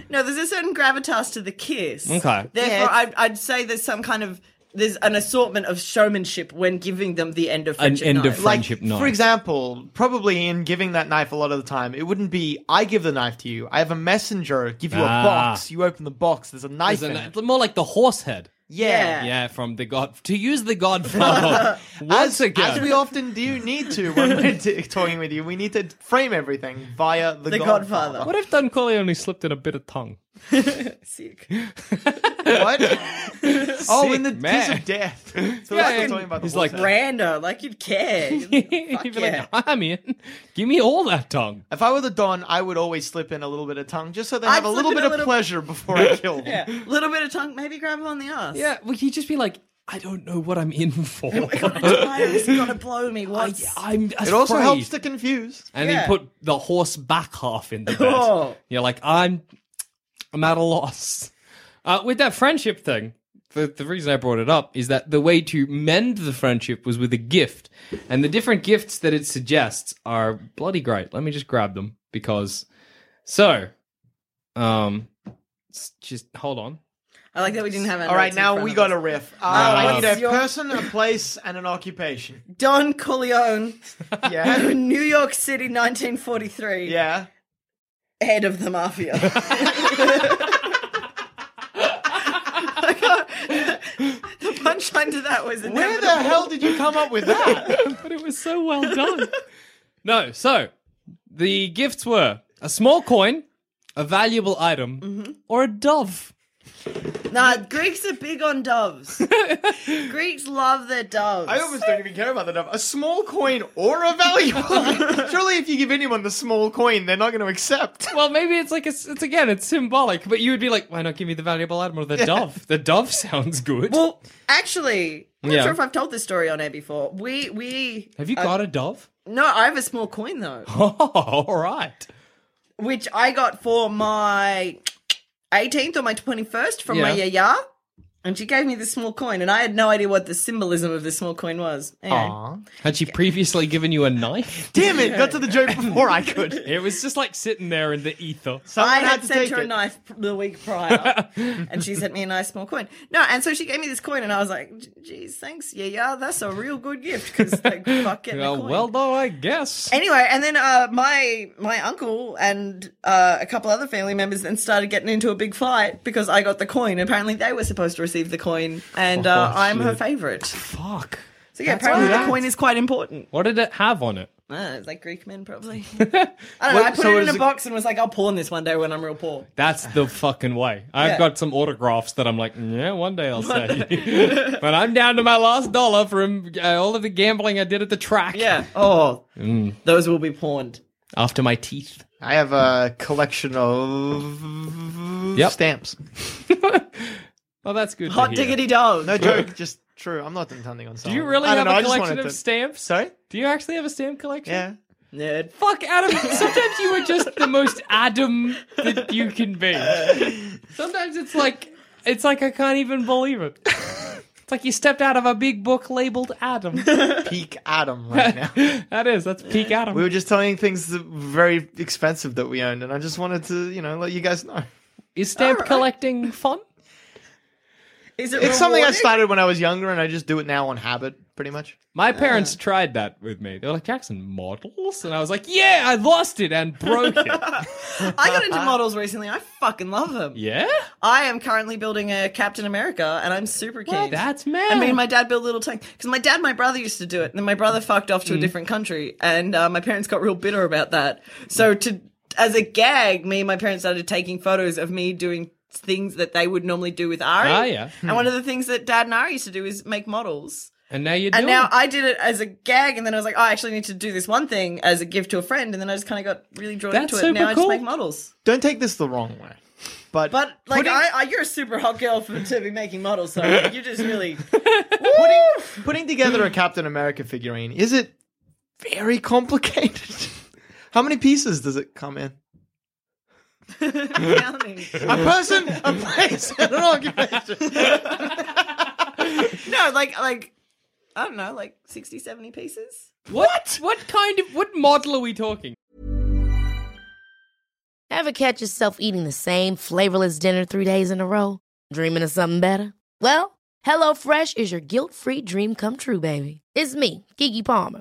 S4: No, there's a certain gravitas to the kiss.
S3: Okay.
S4: Therefore, I'd, I'd say there's some kind of there's an assortment of showmanship when giving them the end of friendship.
S3: end of
S4: knife.
S3: friend-
S5: like,
S3: friendship knife.
S5: for example, probably in giving that knife a lot of the time, it wouldn't be I give the knife to you. I have a messenger give you
S3: Ah.
S5: a box. You open the box. There's a knife
S3: There's a-
S5: in
S3: it's
S5: it.
S3: more like the horse head.
S4: yeah.
S3: Yeah, from the God to use the Godfather once
S5: as,
S3: again.
S5: as we often do need to when we're t- talking with you, we need to frame everything via the,
S4: The Godfather.
S3: what if Don Corleone slipped in a bit of tongue?
S4: Sick.
S5: What? oh, in the
S3: Sick
S5: kiss
S3: man.
S5: of death. So we're
S3: Yeah,
S5: still
S3: and
S5: talking about the
S3: he's like,
S5: horse head.
S4: Rando, like you'd care. Fuck
S3: He'd be
S4: yeah.
S3: like, I'm in. Give me all that tongue.
S5: If I were the Don, I would always slip in a little bit of tongue just so they
S4: I'd
S5: have a
S4: slip
S5: little
S4: in
S5: bit
S4: a
S5: of
S4: little-
S5: pleasure before I kill them.
S4: yeah. Little bit of tongue, maybe grab him on the ass.
S3: Yeah, well, he'd just be like, I don't know what I'm in for.
S4: It's gonna blow me.
S3: I,
S4: What's
S3: am
S5: It also helps to confuse.
S3: and
S4: Yeah.
S3: then put the horse back half in the bed.
S4: Oh.
S3: You're like, I'm, I'm at a loss. Uh, with that friendship thing, the, the reason I brought it up is that the way to mend the friendship was with a gift, and the different gifts that it suggests are bloody great. Let me just grab them because, so, um, s- just hold on.
S4: I like that we didn't have.
S5: All right, now we got a riff. Uh, I need a
S4: Your-
S5: person, a place, and an occupation.
S4: Don Corleone,
S5: Yeah,
S4: New York City, 1943.
S5: yeah.
S4: head of the mafia. the punchline to that was
S5: Where the
S4: inevitable.
S5: hell did you come up with that?
S3: but it was so well done. no, so the gifts were a small coin, a valuable item,
S4: Mm-hmm.
S3: or a dove.
S4: Nah, Greeks are big on doves. Greeks love their doves.
S5: I almost don't even care about the dove. A small coin or a valuable. Surely, if you give anyone the small coin, they're not going to accept.
S3: Well, maybe it's like it's, it's again, it's symbolic. But you would be like, why not give me the valuable item or the dove? The dove sounds good.
S4: Well, actually, I'm
S3: Yeah.
S4: not sure if I've told this story on air before. We we
S3: Have you got a dove?
S4: no, I have a small coin though,
S3: Oh, all right.
S4: which I got for my 18th or my 21st from my
S3: Yeah.
S4: yaya. And she gave me this small coin, and I had no idea what the symbolism of this small coin was. Anyway.
S5: Aw.
S3: Had she previously given you a knife?
S5: Damn it! Got to the joke before I could.
S3: It was just like sitting there in the ether.
S5: Someone
S4: I
S5: had,
S4: had
S5: to
S4: sent
S5: take
S4: her
S5: it.
S4: a knife p- the week prior, and she sent me a nice small coin. No, and so she gave me this coin, and I was like, "G- "Geez, thanks, yeah, yeah, that's a real good gift because like, fuck getting a
S3: Well,
S4: coin."
S3: well, though, I guess.
S4: Anyway, and then uh, my my uncle and uh, a couple other family members then started getting into a big fight because I got the coin. Apparently, they were supposed to receive the coin, and uh,
S3: Oh,
S4: I'm her
S3: shit.
S4: favorite.
S3: Fuck.
S4: So yeah, apparently the
S5: alright.
S4: coin is quite important.
S3: What did it have on it?
S4: Uh, it's like Greek men, probably. I don't know. I put
S5: so
S4: it in
S5: is
S4: a
S5: it-
S4: box and was like, "I'll pawn this one day when I'm real poor."
S3: That's the fucking way. I've
S4: Yeah.
S3: got some autographs that I'm like, yeah, one day I'll say. but I'm down to my last dollar from uh, all of the gambling I did at the track.
S4: Yeah. Oh, those will be pawned.
S3: After my teeth.
S5: I have a collection of
S3: Yep.
S5: stamps.
S3: Well, that's good. to
S4: Hot
S3: hear.
S4: diggity dog.
S5: No joke, just true. I'm not intending on
S3: Do
S5: someone.
S3: you really
S5: I
S3: have
S5: don't know, I
S3: a
S5: just
S3: collection
S5: wanted
S3: of
S5: to-
S3: stamps?
S5: Sorry?
S3: Do you actually have a stamp collection?
S5: Yeah.
S4: Nerd.
S3: Fuck, Adam. Sometimes you are just the most Adam that you can be. Sometimes it's like, it's like I can't even believe it. It's like you stepped out of a big book labeled Adam.
S5: Peak Adam right now.
S3: that is, that's peak Adam.
S5: we were just telling things that were very expensive that we owned, and I just wanted to, you know, let you guys know.
S3: Is stamp collecting fun?
S4: Is it
S5: It's something I
S4: rewarding?
S5: started when I was younger, and I just do it now on habit, pretty much.
S3: My
S4: Uh.
S3: parents tried that with me. They were like, Jackson, models? And I was like, yeah, I lost it and broke it.
S4: I got into models recently. I fucking love them.
S3: yeah?
S4: I am currently building a Captain America, and I'm super keen.
S3: That's mad.
S4: I mean, my dad built little tank because my dad, and my brother used to do it, and then my brother fucked off to a different country, and uh, my parents got real bitter about that. So to as a gag, me and my parents started taking photos of me doing things that they would normally do with Ari.
S3: Ah, yeah.
S4: And one of the things that Dad and Ari used to do is make models.
S3: and now you're doing
S4: And now I did it as a gag, and then I was like, oh, I actually need to do this one thing as a gift to a friend, and then I just kind of got really drawn
S3: That's
S4: into it.
S3: super
S4: Now I
S3: cool.
S4: just make models.
S5: Don't take this the wrong way. But,
S4: But like,
S5: putting,
S4: I, I, you're a super hot girl for, to be making models, so you're just really.
S5: putting, putting together a Captain America figurine, is it very complicated? How many pieces does it come in?
S4: Counting.
S5: A person, a place, and an occupation.
S4: no, like like I don't know, like 60, 70 pieces.
S3: what? What kind of, what model are we talking?
S6: Ever catch yourself eating the same flavorless dinner three days in a row? Dreaming of something better? Well, HelloFresh is your guilt free dream come true, baby. It's me, Gigi Palmer.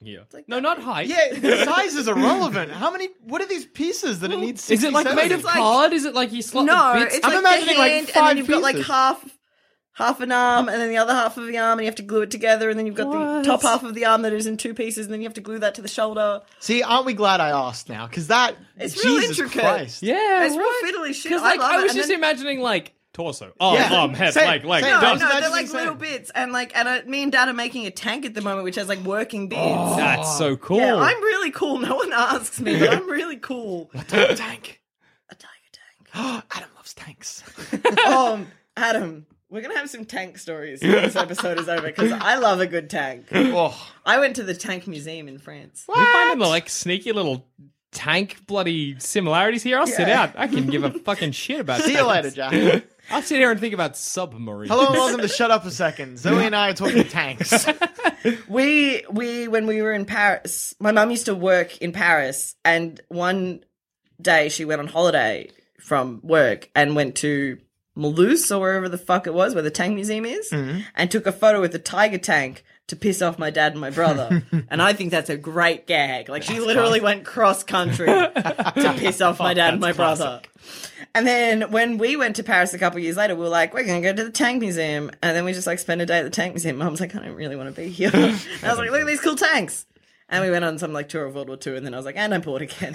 S3: Yeah. No, not height.
S5: Yeah, the size is irrelevant. How many? What are these pieces that it needs? 60,
S3: Is it like made of
S4: like-
S3: card? Is it like you slot the bits?
S5: I'm imagining, like,
S4: and then
S5: five
S4: you've got like
S5: pieces.
S4: half half an arm and then the other half of the arm and you have to glue it together and then you've got the top half of the arm that is in two pieces and then you have to glue that to the shoulder.
S5: See, aren't we glad I asked now? Because that
S4: It's real
S5: Jesus
S4: intricate.
S5: Christ.
S3: yeah.
S4: it's real
S3: right.
S4: fiddly shit.
S3: 'Cause,
S4: I
S3: like,
S4: love
S3: I,
S4: it.
S3: was
S4: And
S3: just
S4: then-
S3: imagining like torso, arm,
S5: Yeah.
S3: arm, head,
S5: Same,
S3: leg, leg,
S5: same.
S4: no,
S3: dust.
S5: That's-
S4: no,
S5: that's
S4: they're like
S5: what I'm
S4: little bits, and like, and uh, me and Dad are making a tank at the moment, which has like working bits.
S3: Oh, That's so cool.
S4: yeah, I'm really cool. No one asks me, but I'm really cool. A
S5: Tank.
S4: tiger tank.
S5: Adam loves tanks.
S4: Um, Adam, we're gonna have some tank stories when this episode is over because I love a good tank.
S5: oh,
S4: I went to the tank museum in France.
S3: We finding the like sneaky little tank bloody similarities here. I'll sit
S4: Yeah.
S3: out. I can give a fucking shit about.
S5: see you
S3: tanks.
S5: later, Jack.
S3: I'll sit here and think about submarines.
S5: Hello and welcome to Shut Up a Second. Zoe and I are talking tanks.
S4: We we when we were in Paris, my mum used to work in Paris, and one day she went on holiday from work and went to Mulhouse or wherever the fuck it was, where the tank museum is, and took a photo with the tiger tank to piss off my dad and my brother. and I think that's a great gag. Like she literally went cross country to piss off my dad and my brother. And then when we went to Paris a couple years later, we were like, we're going to go to the Tank Museum. And then we just like spent a day at the Tank Museum. Mum's like, I don't really want to be here. And I was like, look at these cool tanks. And we went on some like tour of World War II. And then I was like, and I'm bored again.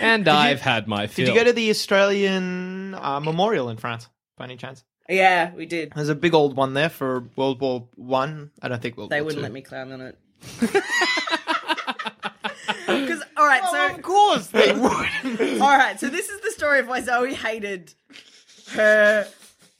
S3: And I've had my fill.
S5: Did you go to the Australian uh, Memorial in France by any chance?
S4: yeah, we did.
S5: There's a big old one there for World War One. I. don't think World
S4: They
S5: War
S4: wouldn't
S5: Two.
S4: let me clown on it. Because, all right, so
S5: of course they would.
S4: All right, so this is the story of why Zoe hated her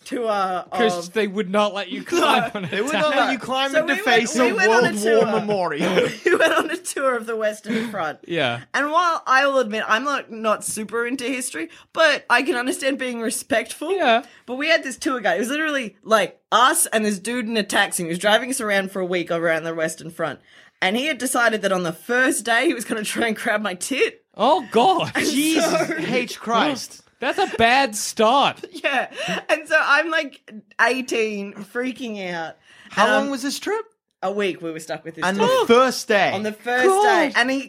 S4: tour
S3: Because
S4: of.
S3: they would not let you climb on it.
S5: They would not let you climb
S4: So we
S5: into
S4: went-
S5: face
S4: we
S5: a
S4: went on a
S5: World War
S4: tour.
S5: memorial.
S4: We went on a tour of the Western Front.
S3: Yeah.
S4: And while I will admit I'm not, not super into history, but I can understand being respectful.
S3: Yeah.
S4: But we had this tour guide. It was literally like us and this dude in a taxi. He was driving us around for a week around the Western Front. And he had decided that on the first day he was going to try and grab my tit.
S3: Oh God,
S5: Jesus H Christ.
S3: that's a bad start.
S4: Yeah. And so I'm like 18, freaking out.
S5: How
S4: Um,
S5: long was this trip?
S4: a week we were stuck with this
S5: And
S4: dude.
S5: the first day.
S4: on the first
S5: God,
S4: day and he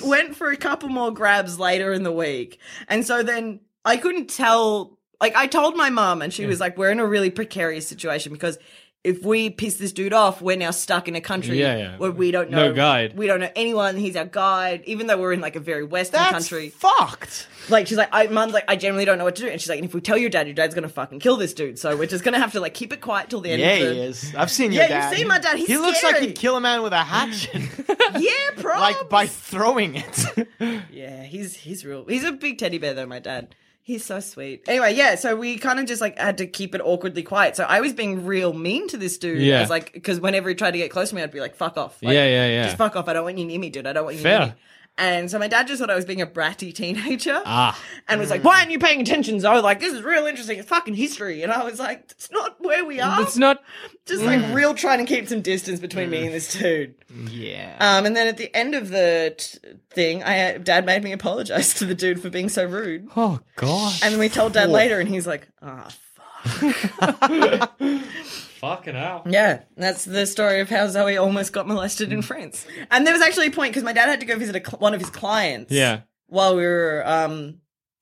S4: he went for a couple more grabs later in the week and so then i couldn't tell like i told my mum and she was like we're in a really precarious situation because if we piss this dude off we're now stuck in a country
S3: Yeah, yeah.
S4: where we don't know
S3: No guide.
S4: we don't know anyone he's our guide even though we're in like a very western
S5: That's
S4: country
S5: fucked.
S4: like she's like I, mum's like i generally don't know what to do and she's like and if we tell your dad your dad's gonna fucking kill this dude so we're just gonna have to like keep it quiet till the end
S5: Yeah,
S4: of the
S5: he is. I've seen
S4: Yeah,
S5: your
S4: you've
S5: dad.
S4: seen my dad. He's
S5: he looks like
S4: scary.
S5: he'd kill a man with a hatchet,
S4: yeah probably
S5: like by throwing it.
S4: Yeah, he's he's real. He's a big teddy bear though, my dad. He's so sweet. Anyway, yeah, so we kind of just like had to keep it awkwardly quiet. So I was being real mean to this dude.
S3: Yeah.
S4: I was like, because whenever he tried to get close to me, I'd be like, fuck off. Like,
S3: Yeah, yeah, yeah.
S4: Just fuck off. I don't want you near me, dude. I don't want you
S3: Fair.
S4: near me. And so my dad just thought I was being a bratty teenager.
S3: Ah.
S4: And was like, why aren't you paying attention? So I was like, this is real interesting. It's fucking history. And I was like, it's not where we are.
S3: It's not.
S4: just
S3: Mm.
S4: like real trying to keep some distance between me and this dude.
S5: yeah.
S4: Um, and then at the end of the t- thing, I uh, Dad made me apologize to the dude for being so rude.
S3: Oh God.
S4: And then we told Dad later, and he's like, "Ah, fuck."
S3: Fucking hell.
S4: yeah." That's the story of how Zoe almost got molested
S3: Mm.
S4: in France. And there was actually a point because my dad had to go visit a cl- one of his clients.
S3: Yeah.
S4: While we were um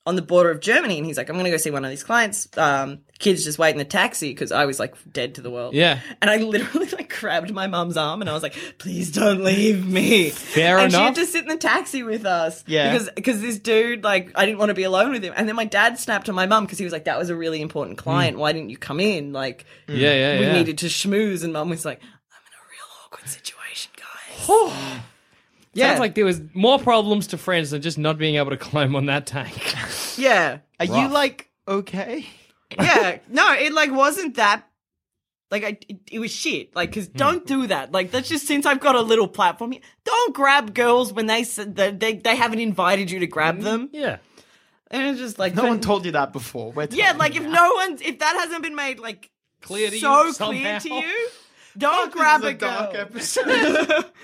S4: on the border of Germany, and he's like, "I'm going to go see one of these clients." Um, kids just wait in the taxi because I was like dead to the world.
S3: Yeah.
S4: And I literally like grabbed my mum's arm and I was like, please don't leave me.
S3: Fair
S4: and she had
S3: enough.
S4: to sit in the taxi with us.
S5: Yeah.
S4: Because because this dude, like, I didn't want to be alone with him. And then my dad snapped on my mum because he was like, that was a really important client. Why didn't you come in? Like,
S3: Mm. Yeah, yeah,
S4: Mm. we
S3: yeah.
S4: needed to schmooze. And mum was like, I'm in a real awkward situation, guys.
S3: Sounds like there was more problems to friends than just not being able to climb on that tank.
S4: yeah.
S5: Are you like okay?
S4: yeah, no, it like wasn't that. Like I, it, it was shit. Like,
S3: Hmm.
S4: cause don't do that. Like, that's just since I've got a little platform. Don't grab girls when they s- they they, they haven't invited you to grab
S3: Hmm.
S4: them.
S3: yeah.
S4: And it's just like
S5: No one told you that before. We're
S4: Yeah,
S5: telling
S4: like
S5: you
S4: if
S5: now.
S4: no one's if that hasn't been made like
S3: Clear to you
S4: so
S3: somehow.
S4: clear to you, don't
S5: This
S4: grab
S5: is
S4: a,
S5: a dark
S4: girl.
S5: episode.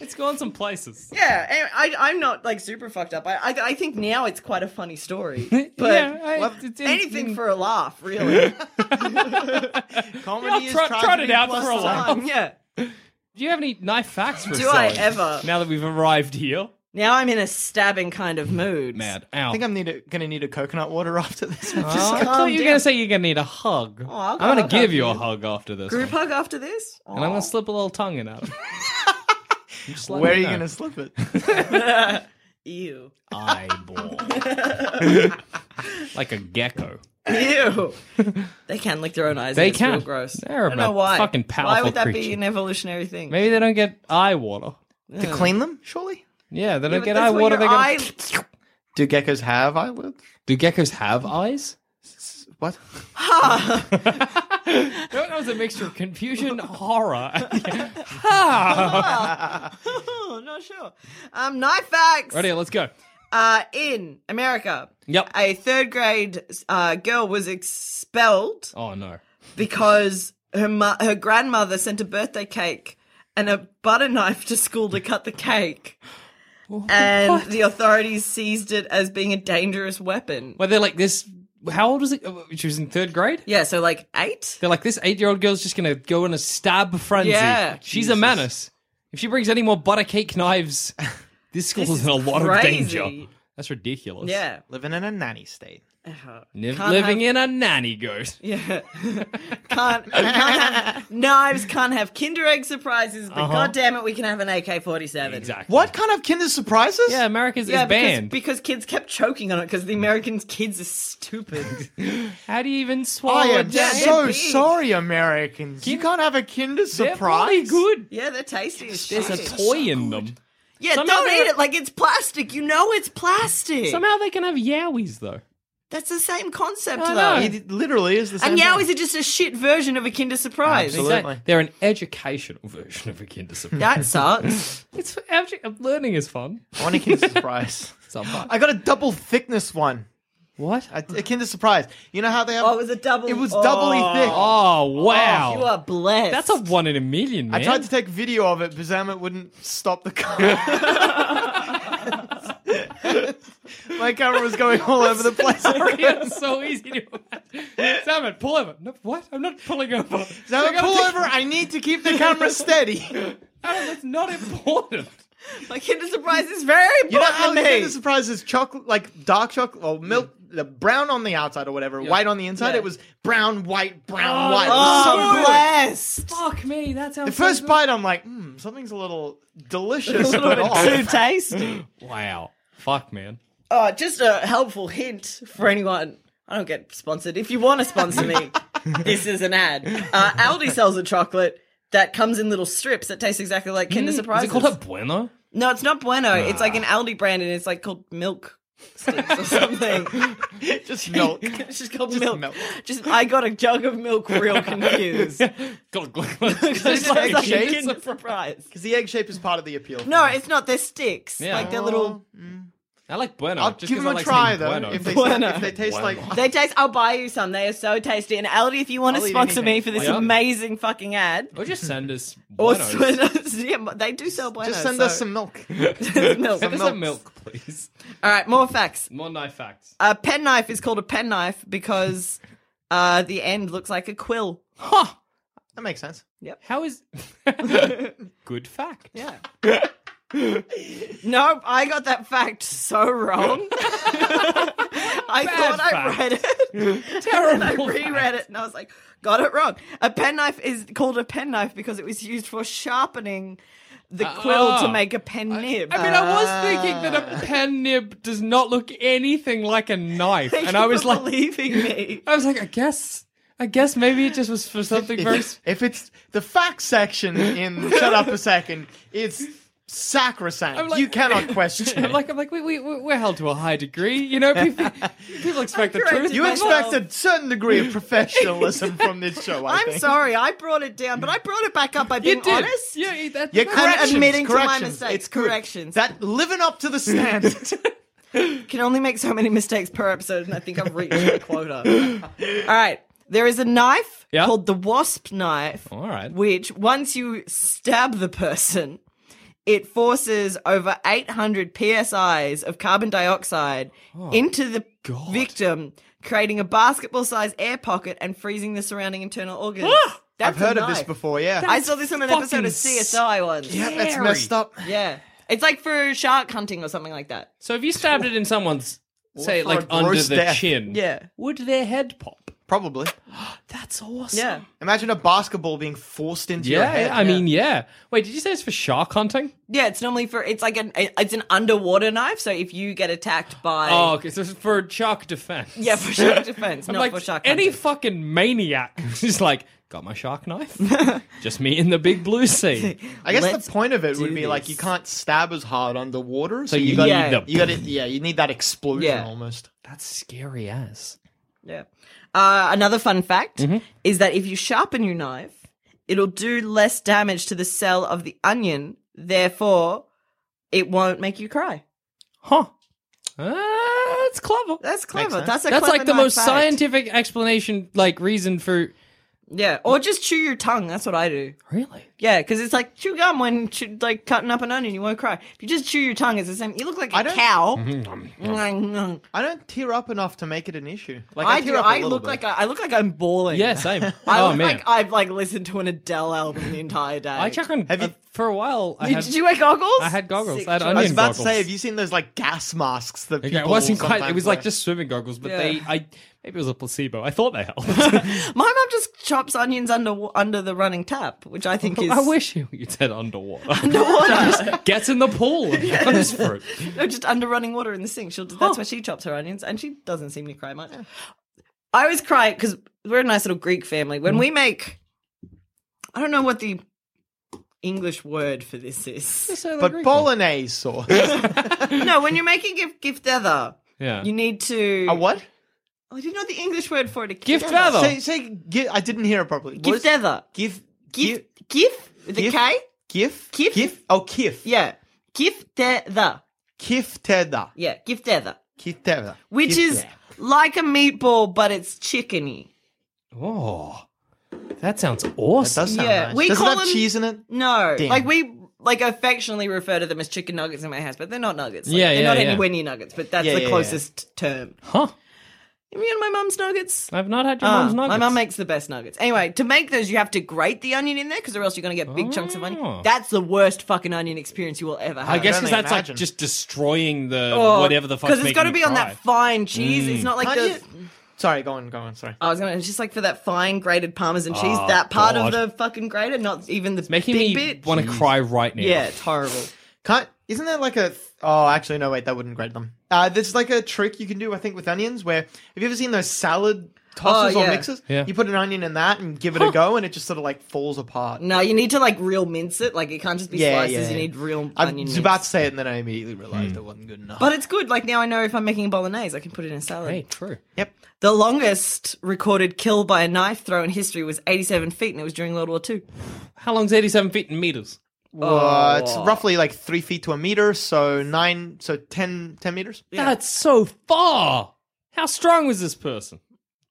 S3: It's gone some places.
S4: Yeah, anyway, I I'm not like super fucked up. I I, I think now it's quite a funny story, but
S3: yeah, I-
S5: Well,
S3: it's-
S4: anything for a laugh, really.
S5: Comedy
S3: Yeah,
S5: is
S3: trot-
S5: trying
S3: trot
S5: to
S3: it
S5: be
S3: out
S5: plus
S3: for a
S5: size.
S3: laugh.
S4: Um, yeah.
S3: Do you have any knife facts for us?
S4: Do I
S3: Zoe?
S4: ever?
S3: Now that we've arrived here,
S4: Now I'm in a stabbing kind of mood.
S3: mad. Ow.
S5: I think I'm need a, gonna need a coconut water after this.
S3: Oh, I
S4: calm
S3: thought you were
S4: down. Oh,
S3: going to say you're going to need a hug.
S4: I'll
S3: I'm
S4: go
S3: going to
S4: hug
S3: give you
S4: you.
S3: a hug after this.
S4: Group
S3: one.
S4: hug after this?
S3: And I'm going to slip a little tongue in it. Just let
S5: Where are
S3: me
S5: you
S3: know.
S5: gonna slip it?
S4: Ew.
S3: eyeball. like a gecko.
S4: Ew. they can lick their own eyes.
S3: They
S4: and it's
S3: can.
S4: Real gross.
S3: They're
S4: I don't know
S3: a
S4: why.
S3: fucking
S4: Why
S3: powerful
S4: would that be
S3: creature.
S4: an evolutionary thing?
S3: Maybe they don't get eye water.
S5: to clean them, surely.
S3: Yeah, they
S4: Yeah,
S3: don't
S4: but
S3: get
S4: that's
S3: eye
S4: what
S3: water.
S4: your
S3: They get...
S4: eye-
S5: Do geckos have eyelids?
S3: Do geckos have eyes?
S5: What?
S3: That was a mixture of confusion, horror.
S4: Oh, not sure. Um, knife facts.
S3: right here, let's go.
S4: Uh, in America,
S3: Yep.
S4: a third grade uh, girl was expelled
S3: Oh no.
S4: because her mu- her grandmother sent a birthday cake and a butter knife to school to cut the cake. And the authorities seized it as being a dangerous weapon.
S3: Well, they're like this. How old was it? Oh, She was in third grade.
S4: Yeah, so like eight?
S3: They're like this eight-year-old girl's just gonna go in a stab frenzy.
S4: Yeah.
S3: she's a menace. If she brings any more butter cake knives, this school's in a lot
S4: crazy.
S3: of danger. That's ridiculous.
S4: Yeah.
S5: Living in a nanny state.
S3: Niv-
S4: Can't
S3: living
S4: have-
S3: in a nanny goat.
S4: Yeah. can't, can't have knives, can't have Kinder Egg surprises, but god damn it, we can have an AK 47.
S3: Uh-huh. Exactly.
S5: What kind of Kinder surprises?
S3: Yeah, America's
S4: Yeah,
S3: is
S4: because,
S3: banned.
S4: because kids kept choking on it because the Americans' kids are stupid.
S3: How do you
S4: Oh,
S3: even swallow
S5: I am
S3: it down?
S4: they're
S5: Oh, so
S4: big.
S5: sorry, Americans. You can't have a Kinder
S3: They're bloody
S5: surprise.
S3: good.
S4: yeah, they're tasty as shit.
S3: There's a toy in them.
S4: Yeah,
S3: Somehow
S4: don't
S3: they-
S4: eat it like it's plastic. You know it's plastic.
S3: Somehow they can have yowies though.
S4: That's the same concept
S3: I
S4: though.
S3: know.
S5: It literally is the same.
S4: And
S5: thing.
S4: Yowies are just a shit version of a Kinder Surprise.
S5: Absolutely.
S3: Exactly. They're an educational version of a Kinder Surprise.
S4: That sucks.
S3: it's abj- learning is fun.
S5: I want a Kinder Surprise.
S3: Sometimes.
S5: I got a double thickness one.
S3: What?
S5: A, a Kinder Surprise. You know how they have?
S4: oh, it was a double.
S5: It was
S4: oh,
S5: doubly thick.
S3: Oh
S4: You
S3: wow.
S4: are blessed.
S3: That's a one in a million, man.
S5: I tried to take video of it, but Zamet wouldn't stop the car. My camera was going all over the place.
S3: It's so easy to imagine. Salmon, pull over. No, what? I'm not pulling over.
S5: Zamet, pull over. I need to keep the camera steady.
S3: Salmon, that's not important.
S4: My Kinder Surprise is very
S5: You know
S4: important
S5: how
S4: to
S5: the
S4: me.
S5: Kinder Surprise is chocolate, like dark chocolate or milk, the brown on the outside or whatever, white on the inside.
S4: Yeah.
S5: It was brown, white, brown,
S3: Oh,
S5: white. It was so
S4: oh,
S5: good.
S4: blessed.
S3: Fuck me. That sounds.
S5: The first bite, I'm like, hmm, something's a little delicious,
S4: A little
S5: but off.
S4: bit too tasty.
S3: Wow. Fuck, man.
S4: Oh, just a helpful hint for anyone. I don't get sponsored. If you want to sponsor me, this is an ad. Uh, Aldi sells a chocolate that comes in little strips that tastes exactly like Kinder Surprise.
S3: Is it called a bueno?
S4: No, it's not Bueno. It's like an Aldi brand, and it's like called Milk Sticks or something.
S5: Just milk.
S4: it's just called milk.
S5: milk.
S4: Just I got a jug of milk, real confused.
S3: Glug, glug,
S4: It's
S3: glug.
S4: like,
S5: like
S4: a
S5: shapes?
S4: Kinder Surprise.
S5: Because the egg shape is part of the appeal.
S4: No, it's not. They're sticks.
S3: Yeah.
S4: Like they're little.
S3: I like bueno.
S5: I'll
S3: just 'cause
S5: give them
S3: I
S5: a
S3: like
S5: try
S3: saying
S5: though.
S3: Bueno.
S5: If, they,
S4: Bueno.
S5: if they taste like
S4: They taste. I'll buy you some. They are so tasty. And Aldi, if you want
S5: Oh. I'll
S4: to
S5: eat
S4: sponsor me
S5: anything.
S4: for this
S3: Yeah.
S4: amazing fucking ad,
S3: or just send us
S4: or
S3: buenos.
S4: yeah, they do sell Bueno.
S5: just send us
S4: so-
S5: some milk.
S4: milk.
S3: Send us
S5: milk.
S3: some milk, please.
S4: All right, more facts.
S3: More knife facts.
S4: A pen knife is called a pen knife because uh, the end looks like a quill.
S3: Huh.
S5: That makes sense.
S3: How is good fact?
S4: Yeah. nope, I got that fact so wrong. I thought I
S3: fact.
S4: read it. Terrible. I reread it and I was like, got it wrong. A penknife is called a penknife because it was used for sharpening the quill to
S3: oh.
S4: make a pen nib.
S3: I mean, I was thinking that a pen nib does not look anything like a knife,
S4: Thank
S3: and
S4: you
S3: I was
S4: for
S3: like,
S4: believing me.
S3: I was like, I guess, I guess maybe it just was for something very.
S5: If, if it's the fact section in Shut Up a Second, it's sacrosanct.
S3: I'm like-
S5: you cannot question
S3: I'm
S5: it.
S3: like, I'm like, we we we're held to a high degree, you know. People, people expect the
S4: corrected
S3: truth.
S5: you
S4: Well-
S5: expect a certain degree of professionalism from this show. I
S4: I'm
S5: think.
S4: sorry, I brought it down, but I brought it back up by being
S3: You did.
S4: honest.
S3: Yeah, that,
S5: Yeah,
S3: that-
S5: corrections,
S4: admitting to my
S5: corrections.
S4: mistakes,
S5: It's good.
S4: corrections.
S5: That living up to the standard.
S4: can only make so many mistakes per episode, and I think I've reached my quota. All right. There is a knife
S3: Yeah. Oh.
S4: called the wasp knife,
S3: All right.
S4: which once you stab the person, it forces over 800 psi's of carbon dioxide into the victim, creating a basketball sized air pocket and freezing the surrounding internal organs. That's
S5: I've heard
S4: a
S5: of this
S4: knife.
S5: before. Yeah,
S4: I saw this on an episode
S3: fucking
S4: of CSI once.
S5: yeah, that's messed up.
S4: yeah. It's like for shark hunting or something like that.
S3: So if you stabbed it in someone's, say,
S5: for a
S3: like under
S5: gross
S3: the
S5: death.
S3: chin,
S4: Yeah.
S3: would their head pop?
S5: Probably.
S3: That's awesome.
S4: Yeah.
S5: Imagine a basketball being forced into your
S3: Yeah,
S5: head.
S3: I mean, yeah. Wait, did you say it's for shark hunting?
S4: Yeah, it's normally for it's like an it's an underwater knife. So if you get attacked by
S3: Oh, okay, so it's for shark defense.
S4: yeah for shark defense,
S3: I'm
S4: not
S3: like,
S4: for shark
S3: any
S4: any
S3: fucking maniac is like, got my shark knife? Just me in the big blue sea.
S5: I guess
S4: Let's
S5: the point of it would
S4: do
S5: be like
S4: this.
S5: you can't stab as hard underwater, so,
S3: you
S5: you got to
S4: Yeah.
S3: need the...
S5: you got to yeah, you need that explosion
S4: Yeah.
S5: almost.
S3: That's scary ass.
S4: Yeah. Uh, another fun fact is that if you sharpen your knife, it'll do less damage to the cell of the onion. Therefore, it won't make you cry.
S3: Huh. Ah, that's clever.
S4: That's
S5: Makes
S4: clever.
S5: sense.
S4: That's a
S3: That's
S4: clever
S3: like the
S4: knife
S3: most
S4: fact.
S3: scientific explanation, like reason for.
S4: Yeah, or just chew your tongue. That's what I do.
S3: Really?
S4: Yeah, because it's like chew gum when chew, like cutting up an onion, you won't cry. If you just chew your tongue, it's the same. You look like
S5: I
S4: a Mm-hmm.
S5: don't-
S4: cow.
S5: I don't tear up enough to make it an issue. Like
S4: I,
S5: I, tear
S4: do.
S5: up a
S4: I
S5: little
S4: look
S5: bit.
S4: like I, I look like I'm bawling.
S3: Yeah, same.
S4: I
S3: oh
S4: look
S3: man,
S4: like I've like listened to an Adele album the entire day.
S3: I check on.
S5: Have you-
S3: uh, for a while, I
S4: Did,
S3: had,
S4: did you wear goggles?
S3: I had goggles.
S4: Sick
S3: I had
S4: choice.
S5: I
S3: onion
S5: was about
S3: goggles.
S5: to say, have you seen those like gas masks that
S3: Okay,
S5: people
S3: it wasn't quite. It
S5: sometimes
S3: was like
S5: wear?
S3: just swimming goggles, but
S4: Yeah.
S3: they, I maybe it was a placebo. I thought they helped.
S4: My mum just chops onions under under the running tap, which I think is
S3: Oh, I wish you you said underwater.
S4: underwater.
S3: Gets in the pool. and goes for it.
S4: no, just under running water in the sink. She'll.
S3: Oh.
S4: That's where she chops her onions, and she doesn't seem to cry much. I always cry
S3: Mm.
S4: because we're a nice little Greek family. When we make, I don't know what the English word for this is.
S5: But bolognese sauce.
S4: no, when you're making gift gift feather,
S3: Yeah.
S4: you need to.
S5: a what?
S4: Oh, I didn't know the English word for it.
S3: Gift feather.
S5: Say, say, gi- I didn't hear it properly. What
S4: Gift
S5: is-
S4: feather.
S5: Give, give,
S4: Gift. Gift with a
S5: Gift-
S4: K.
S5: give,
S4: Kif?
S5: give. Oh, kif.
S4: Yeah. Gift feather.
S5: Kif teda.
S4: Yeah. Gift feather.
S5: Kif teda.
S4: Which
S5: Kif
S4: is like a meatball, but it's chickeny.
S3: Oh, that sounds
S5: That
S3: awesome.
S5: does sound
S4: Yeah,
S5: nice.
S4: we
S5: Does it
S4: call
S5: have
S4: them-
S5: cheese in it?
S4: No,
S5: Damn.
S4: like we like affectionately refer to them as chicken nuggets in my house, but they're not nuggets. Like,
S3: Yeah,
S4: they're
S3: yeah,
S4: not
S3: yeah.
S4: anywhere near nuggets, but that's
S5: Yeah,
S4: the
S5: yeah, yeah.
S4: closest term.
S3: Huh?
S4: You mean my mum's nuggets?
S3: I've not had your
S4: Ah,
S3: mom's nuggets.
S4: My mum makes the best nuggets. Anyway, to make those, you have to grate the onion in there because, or else you're going to get big chunks of
S3: Oh.
S4: onion. That's the worst fucking onion experience you will ever have.
S3: I guess
S5: can
S3: because
S5: only
S3: that's
S5: imagine.
S3: like just destroying the
S4: Oh,
S3: whatever the fuck.
S4: it's got to be on that fine cheese.
S3: Mm.
S4: It's not like
S5: Can't
S4: the.
S5: you- Sorry, go on, go on. Sorry.
S4: I was gonna. It's just like for that fine grated parmesan cheese.
S3: Oh,
S4: That part
S3: God.
S4: of the fucking grater, not even the
S3: making
S4: big
S3: me
S4: bit.
S3: want to cry right now.
S4: yeah, it's horrible.
S5: Can't, isn't there like a? Oh, actually, no. Wait, that wouldn't grate them. Uh, there's like a trick you can do, I think, with onions. Where have you ever seen those salad tosses
S4: Oh,
S5: or
S4: yeah.
S5: mixes?
S3: Yeah.
S5: You put an onion in that and give it a go, and it just sort of like falls apart.
S4: No, you need to like real mince it. Like it can't just be
S5: Yeah,
S4: slices.
S5: yeah.
S4: You need real
S5: I
S4: onion.
S5: was
S4: mince.
S5: about to say it, and then I immediately realized
S3: Hmm.
S5: it wasn't good enough.
S4: But it's good. Like now I know if I'm making bolognese, I can put it in a salad.
S3: Hey, true.
S5: yep.
S4: The longest recorded kill by a knife throw in history was 87 feet, and it was during World War II.
S3: How long's eighty-seven feet in meters?
S4: Oh.
S5: Uh, it's roughly like three feet to a meter, so nine, so 10, 10 meters.
S3: That's so far. How strong was this person?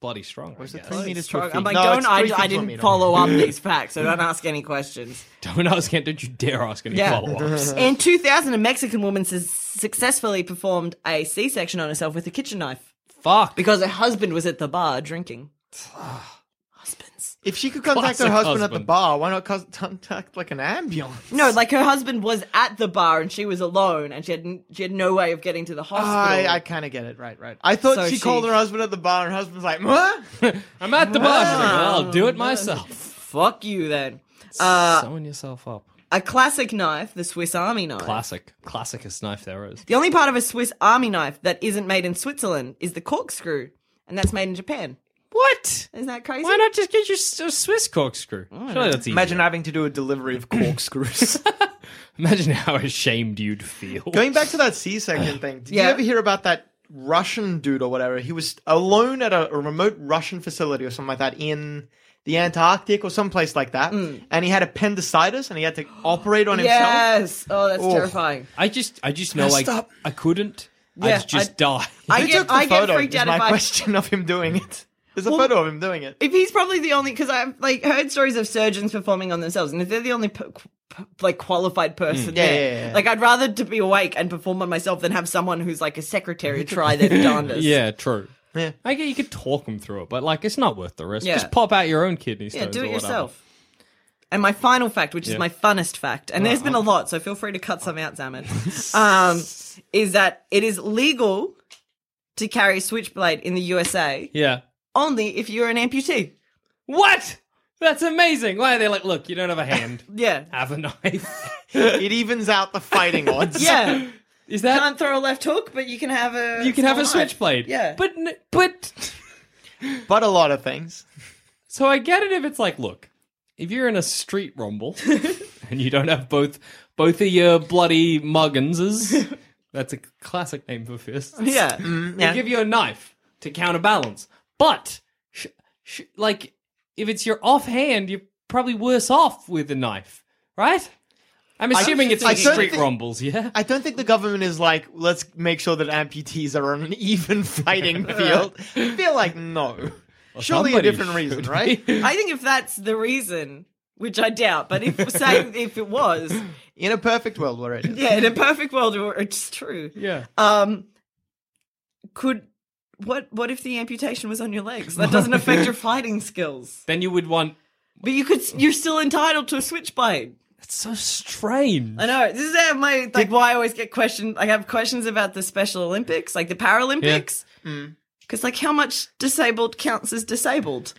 S3: Bloody strong. I
S5: Or is it
S3: guess.
S5: three meters to a
S4: Strong.
S5: feet?
S4: I'm like,
S5: No,
S4: don't.
S5: it's
S4: I,
S5: three feet
S4: I
S5: to a
S4: didn't
S5: meter.
S4: follow up these facts, so don't ask any questions.
S3: Don't ask. it. Don't you dare ask any
S4: Yeah.
S3: follow-ups.
S4: In 2000, a Mexican woman sus- successfully performed a C-section on herself with a kitchen knife
S3: Fuck.
S4: because her husband was at the bar drinking. Husbands.
S5: If she could contact her
S3: Classic
S5: husband, at the
S3: husband.
S5: bar, why not cos- contact like an ambulance?
S4: No, like her husband was at the bar and she was alone and she had n- she had no way of getting to the
S5: I,
S4: hospital.
S5: I kind of get it. Right, right. I thought
S4: So
S5: she,
S4: she-
S5: called her husband at the bar, and her husband's like, "What?"
S3: I'm at the bar. She's like, "Well, I'll do it myself.
S4: Fuck you then. Uh,
S3: Sewing yourself up.
S4: a classic knife, the Swiss Army knife.
S3: Classic. Classicest knife there is.
S4: the only part of a Swiss Army knife that isn't made in Switzerland is the corkscrew, and that's made in Japan.
S3: What?
S4: Isn't that crazy?
S3: Why not just get your s- a Swiss corkscrew?
S4: Oh,
S3: Surely that's easy.
S5: Imagine having to do a delivery of corkscrews.
S3: Imagine how ashamed you'd feel.
S5: Going back to that C-section thing, did
S4: Yeah.
S5: you ever hear about that Russian dude or whatever? He was alone at a, a remote Russian facility or something like that in the Antarctic or someplace like that, and he had appendicitis and he had to operate on himself.
S4: Yes. Oh, that's
S5: Oh.
S4: terrifying.
S3: I just, I just know,
S5: Messed
S3: like,
S5: up.
S3: I couldn't.
S4: Yeah,
S3: I'd just
S4: I-
S3: die.
S4: I
S5: Who took
S4: get
S5: the
S4: I get
S5: photo?
S4: freaked
S5: is
S4: out
S5: my
S4: if I
S5: question of him doing it. There's a
S4: Well-
S5: photo of him doing it.
S4: if he's probably the only because I've like heard stories of surgeons performing on themselves, and if they're the only p- p- like qualified person
S5: Mm. Yeah,
S4: there,
S5: yeah, yeah.
S4: like I'd rather to be awake and perform on myself than have someone who's like a secretary try their darndest.
S3: yeah, true.
S5: Yeah.
S3: I get you could talk them through it, but like, it's not worth the risk.
S4: Yeah.
S3: Just pop out your own kidney stones.
S4: yeah, do
S3: or
S4: it
S3: whatever.
S4: yourself. And my final fact, which
S3: Yeah.
S4: is my funnest fact, and there's been a lot, so feel free to cut some out, Zaman, um, is that it is legal to carry a switchblade in the USA
S3: Yeah.
S4: only if you're an amputee.
S3: What? That's amazing. Why are they like, look, you don't have a hand,
S4: Yeah.
S3: have a knife?
S5: It evens out the fighting odds.
S4: Yeah.
S3: Is that
S4: Can't throw a left hook, but you can have a.
S3: you can have
S4: small
S3: a
S4: knife.
S3: switchblade?
S4: Yeah.
S3: But n- but
S5: But a lot of things.
S3: so I get it if it's like, look, if you're in a street rumble and you don't have both both of your bloody mugginses, that's a classic name for fists.
S4: Yeah.
S3: They Mm. give you a knife to counterbalance. But, sh- sh- like, if it's your offhand, you're probably worse off with a knife, right? I'm assuming it's
S5: I
S3: like
S5: don't
S3: street
S5: think-
S3: rumbles, yeah?
S5: I don't think the government is like, let's make sure that amputees are on an even fighting field. I feel like no. Surely a
S3: somebody
S5: different reason,
S3: should
S5: right?
S4: I think if that's the reason, which I doubt, but if saying if it was,
S5: In a perfect world where it is.
S4: yeah, in a perfect world, where it's true.
S3: Yeah.
S4: Um, could what what if the amputation was on your legs? That doesn't affect your fighting skills,
S3: then you would want.
S4: but you could you're still entitled to a switchblade.
S3: It's so strange.
S4: I know this is how my like why I always get questioned. I have questions about the Special Olympics, like the Paralympics, because like how much disabled counts as disabled?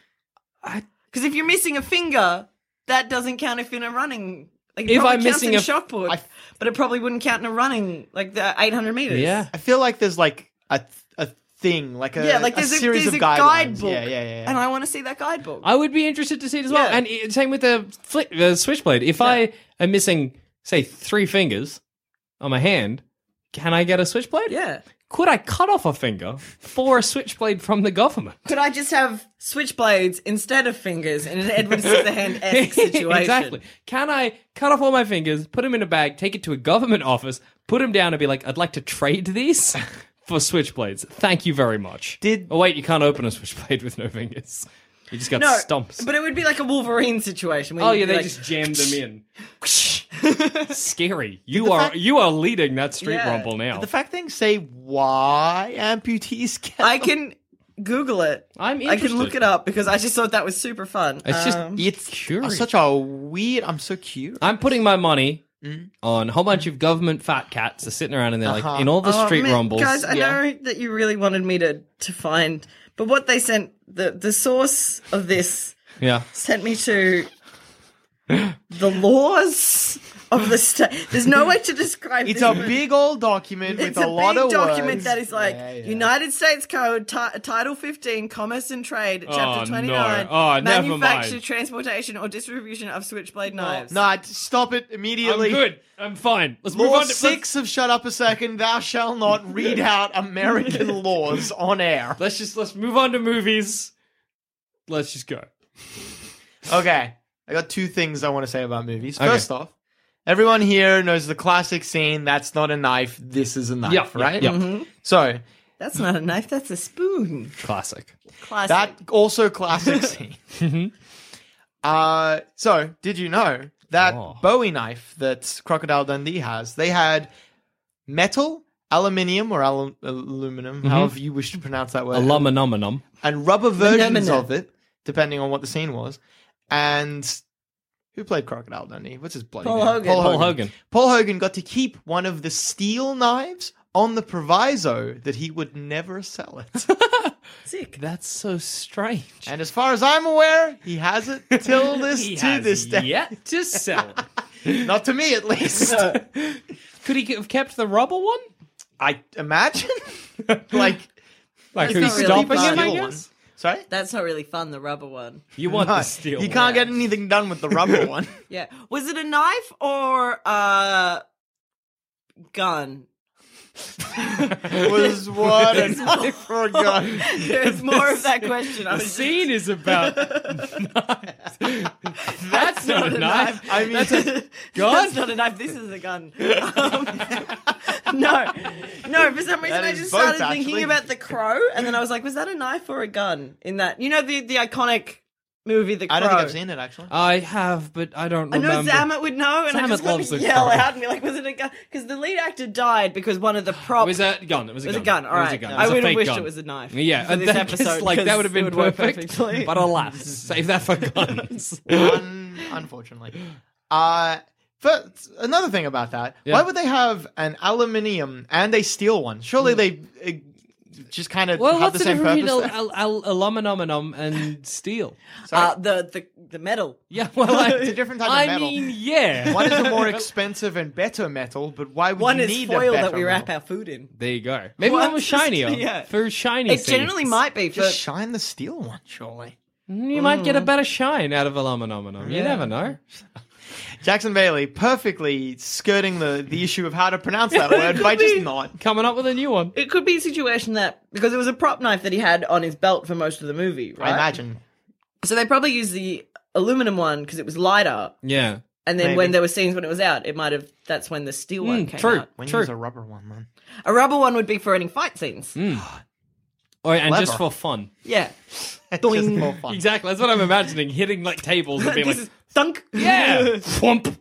S3: I-
S4: Because if you're missing a finger, that doesn't count if in a running. Like, it
S3: If
S4: probably
S3: I'm
S4: counts
S3: missing
S4: in
S3: a-
S4: shot put, but it probably wouldn't count in a running like the 800 meters.
S3: Yeah.
S5: I feel like there's like a, a thing, like a
S4: yeah, like there's a,
S5: series
S4: there's
S5: of
S4: a
S5: guidelines.
S4: guidebook.
S5: Yeah, yeah, yeah.
S4: And uh, I want to see that guidebook.
S3: I would be interested to see it as well.
S4: Yeah.
S3: And i- same with the, fli the switchblade. If I am missing, say, three fingers on my hand, can I get a switchblade?
S4: yeah.
S3: Could I cut off a finger for a switchblade from the government?
S4: Could I just have switchblades instead of fingers in an Edward Scissorhand esque situation?
S3: exactly. Can I cut off all my fingers, put them in a bag, take it to a government office, put them down, and be like, "I'd like to trade these for switchblades. Thank you very much."
S5: Did-
S3: oh wait, you can't open a switchblade with no fingers. You just got
S4: No,
S3: stumps.
S4: but it would be like a Wolverine situation. Where
S3: oh
S4: you'd
S3: yeah,
S4: be
S3: they
S4: like,
S3: just jammed them in. Scary. You are
S5: fact-
S3: you are leading that street
S4: Yeah.
S3: rumble now.
S5: the fact things say why amputees get
S4: I can Google it.
S3: I'm
S4: I can look
S3: interested.
S4: it up because I just thought that was super fun.
S3: it's just
S4: Um,
S5: it's
S3: curious.
S5: such a weird. I'm so cute.
S3: I'm putting my money on a whole bunch of government fat cats are sitting around and they're like in all the
S4: oh,
S3: street
S4: man,
S3: rumbles.
S4: guys. I
S5: yeah.
S4: know that you really wanted me to to find, but what they sent the the source of this
S3: yeah.
S4: sent me to the laws of the state. There's no way to describe.
S5: It's
S4: this,
S5: a
S4: but
S5: big old document
S4: It's
S5: with a, lot
S4: big
S5: of
S4: document
S5: words.
S4: that is like
S5: Yeah, yeah.
S4: United States Code, ti- Title 15, Commerce and Trade,
S3: no.
S4: Chapter 29,
S3: Oh, never mind.
S4: Manufacture, Transportation, or Distribution of Switchblade Knives.
S5: Nah, stop it immediately.
S3: I'm good. I'm fine. Let's move
S5: Law
S3: on to
S5: six of Shut Up a Second. Thou shall not read out American laws on air.
S3: Let's, let's just let's move on to movies. Let's just go.
S5: Okay, I got two things I want to say about movies.
S3: Okay.
S5: First off, everyone here knows the classic scene: "That's not a knife. This is a knife." right. Mm-hmm.
S3: Yeah.
S5: So
S4: That's not a knife, that's a spoon.
S3: Classic.
S4: Classic.
S5: that also classic scene.
S3: Mm-hmm.
S5: uh, so did you know that
S3: Oh.
S5: Bowie knife that Crocodile Dundee has? They had metal, aluminium, or alu- aluminum,
S3: Mm-hmm.
S5: however you wish to pronounce that word,
S3: Aluminominum.
S5: and rubber versions
S4: Aluminum.
S5: of it, depending on what the scene was, and. Who played Crocodile Dundee? What's his bloody
S4: Paul
S5: name?
S4: Hogan. Paul
S3: Paul
S5: Hogan.
S3: Hogan.
S5: Paul Hogan got to keep one of the steel knives on the proviso that he would never sell it.
S4: Sick.
S3: That's so strange.
S5: and as far as I'm aware, he has it till this
S3: He
S5: to
S3: has
S5: this day.
S3: yet to sell. it.
S5: Not to me, at least.
S3: Could he have kept the rubber one?
S5: I imagine, like,
S3: Like
S4: That's
S3: who's
S4: not really
S3: stopping
S4: fun.
S3: him? I
S5: Steel
S3: guess.
S5: one. Sorry.
S4: That's not really fun, the rubber one.
S3: You want the
S5: No,
S3: steel?
S5: you
S3: one.
S5: can't get anything done with the rubber one.
S4: Yeah. Was it a knife or a gun?
S5: Was what a knife for a gun.
S4: There's more of that question. I
S3: The
S4: was just-
S3: scene is about knives. That's not a knife.
S5: I mean,
S3: gun?
S4: That's not a knife. This is a gun. Um, no, no. For some reason,
S5: That
S4: I
S5: is
S4: just
S5: both,
S4: started
S5: actually.
S4: thinking about the crow, and then I was like, "Was that a knife or a gun?" In that, you know, the the iconic movie, The Crow.
S5: I don't think I've seen it actually.
S3: I have, but I don't
S4: I know
S3: remember.
S4: Zamet would know, and I
S3: Zamet
S4: just got
S3: loves
S4: to
S3: The
S4: yell
S3: Crow.
S4: out and be like, "Was it a gun?" Because the lead actor died because one of the
S3: It
S4: props
S3: was a gun. It was a
S4: It was
S3: gun.
S4: a gun. All
S3: It
S4: right.
S3: was a gun.
S4: I
S3: It was a
S4: would have
S3: fake
S4: wished
S3: gun.
S4: it was a knife.
S3: Yeah,
S4: for
S3: and
S4: this
S3: that,
S4: episode,
S3: like that
S4: 'cause
S3: would have
S4: it
S3: been
S4: would work
S3: perfect.
S4: perfectly. Uh,
S3: But alas, save that for guns.
S5: Un- unfortunately. Uh, but another thing about that, why would they have an aluminium and a steel one? Surely they uh, just kind of
S3: well, what's
S5: have the
S3: the
S5: same
S3: difference
S5: purpose.
S3: between al-
S5: there.
S3: al- al- aluminium and steel?
S4: uh, the the the metal.
S3: Yeah, well, I,
S5: It's a different type of
S3: I
S5: metal.
S3: mean, yeah.
S5: one is a more expensive and better metal, but why would
S4: One
S5: you
S4: is
S5: need
S4: foil
S5: a better
S4: that we wrap
S5: metal?
S4: our food in.
S3: there you go. Maybe
S4: What?
S3: one was shinier
S4: Yeah.
S3: for shiny.
S4: It generally might be,
S5: Just
S4: but
S5: shine the steel one, surely.
S3: You might get a better shine out of aluminium. You never know.
S5: Jackson Bailey perfectly skirting the, the issue of how to pronounce that word by just not.
S3: Coming up with a new one.
S4: it could be a situation that because it was a prop knife that he had on his belt for most of the movie, right?
S5: I imagine.
S4: So they probably used the aluminum one because it was lighter,
S3: Yeah.
S4: and then
S5: Maybe.
S4: when there were scenes when it was out, it might have. That's when the steel one
S3: Mm,
S4: came
S3: true.
S4: out.
S5: When
S3: True.
S5: use a rubber one, man.
S4: A rubber one would be for any fight scenes.
S3: Or, Oh, and just for
S5: Clever.
S3: fun.
S4: Yeah,
S5: It's just more fun.
S3: Exactly. That's what I'm imagining. Hitting like tables and
S4: this
S3: being like,
S4: is thunk.
S3: yeah, thwomp.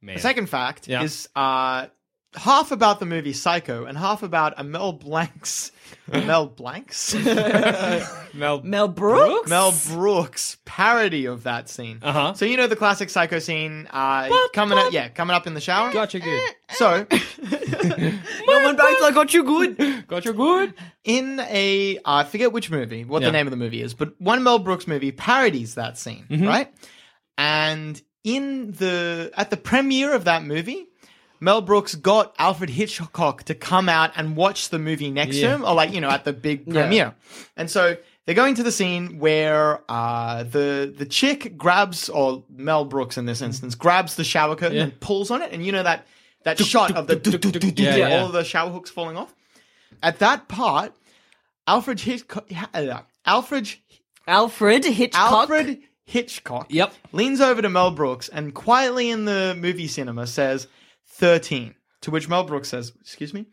S3: Man.
S5: The second fact
S3: Yeah.
S5: is uh, half about the movie Psycho and half about a Mel Blanks. Mel Blanks?
S3: Mel.
S4: Mel Brooks.
S5: Mel Brooks parody of that scene.
S3: Uh-huh.
S5: So you know the classic Psycho scene uh, coming up, yeah, coming up in the shower.
S3: Gotcha good.
S5: So
S4: No one bites. I got you good.
S3: Gotcha good.
S5: in a I forget which movie, what
S3: Yeah.
S5: the name of the movie is, but one Mel Brooks movie parodies that scene,
S3: Mm-hmm.
S5: right? And in the at the premiere of that movie, Mel Brooks got Alfred Hitchcock to come out and watch the movie next to him, or like you know at the big premiere. And so they're going to the scene where uh, the the chick grabs, or Mel Brooks in this instance grabs the shower curtain and pulls on it, and you know that that shot of the
S3: Yeah, yeah.
S5: all the shower hooks falling off. At that part, Alfred Hitchcock, uh, Alfred
S4: Alfred Hitchcock.
S5: Alfred Hitchcock
S3: Yep.
S5: leans over to Mel Brooks and quietly in the movie cinema says 13. To which Mel Brooks says, Excuse me?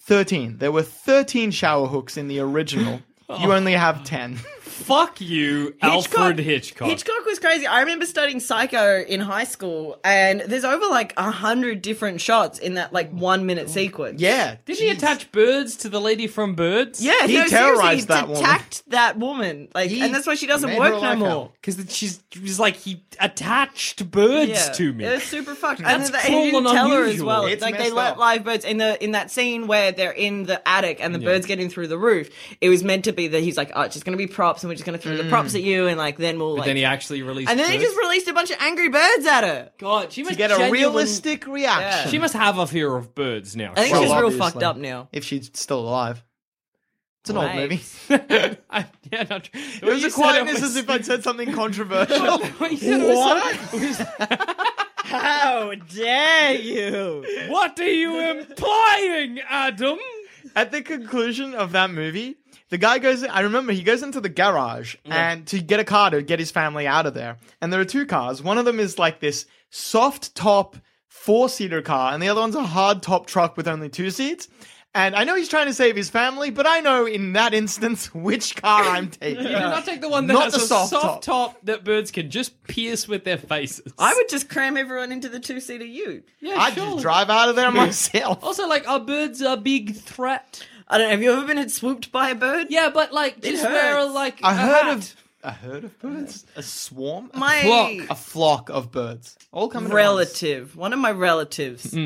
S5: 13. There were 13 shower hooks in the original. You only have 10.
S2: Fuck you, Alfred Hitchcock.
S4: Hitchcock was crazy. I remember studying Psycho in high school, and there's over like a hundred different shots in that like one minute sequence.
S5: yeah.
S3: Did he attach birds to the lady from Birds?
S4: Yeah,
S5: He
S4: no, seriously, he
S5: terrorized that woman.
S4: attacked that woman, like,
S5: He
S4: and that's why she
S5: made
S4: doesn't
S5: her
S4: work no
S5: like
S4: more.
S5: hell.
S3: Because she's she was like he attached birds
S4: Yeah.
S3: to me.
S4: It was super fucked.
S3: That's
S4: and then
S3: cruel
S4: he didn't
S3: and
S4: tell her as
S3: unusual.
S4: well.
S5: It's
S4: like they
S5: messed
S4: let
S5: up.
S4: live birds in the in that scene where they're in the attic and the birds getting through the roof. It was meant to be that he's like, oh, it's just gonna be props, and we're just gonna throw the props at you, and like then we'll like.
S3: Mm. Then he actually released.
S4: and then he
S3: birds.
S4: just released a bunch of angry birds at her.
S3: God, she must
S5: To get a
S3: genuine-
S5: realistic reaction.
S3: She must have a fear of birds now.
S4: I think
S5: Well,
S4: she's real
S5: obviously.
S4: fucked up now.
S5: If she's still alive. It's an old
S4: Right.
S5: movie.
S3: I, yeah, not true. It
S5: It was a quiet this as if I'd said something controversial.
S3: What?
S4: How dare you?
S3: what are you implying, Adam?
S5: At the conclusion of that movie, the guy goes. I remember he goes into the garage and to get a car to get his family out of there. And there are two cars. One of them is like this soft top four seater car, and the other one's a hard top truck with only two seats. And I know he's trying to save his family, but I know in that instance which car I'm taking.
S3: You did not take the one that
S5: Not
S3: has
S5: the
S3: a soft,
S5: soft
S3: top. that birds can just pierce with their faces.
S4: I would just cram everyone into the two seater U.
S3: yeah,
S5: I
S3: surely.
S5: just drive out of there myself.
S3: Also, like, are birds a big threat?
S4: I don't know. Have you ever been swooped by a bird?
S3: Yeah, but like, just wear a,
S4: hurts.
S3: like
S5: I
S3: a
S5: heard
S3: hat.
S5: of a herd of birds, a swarm, a
S4: My-
S5: flock, a flock of Mm-hmm. birds, all coming. at once.
S4: Relative. One of my relatives.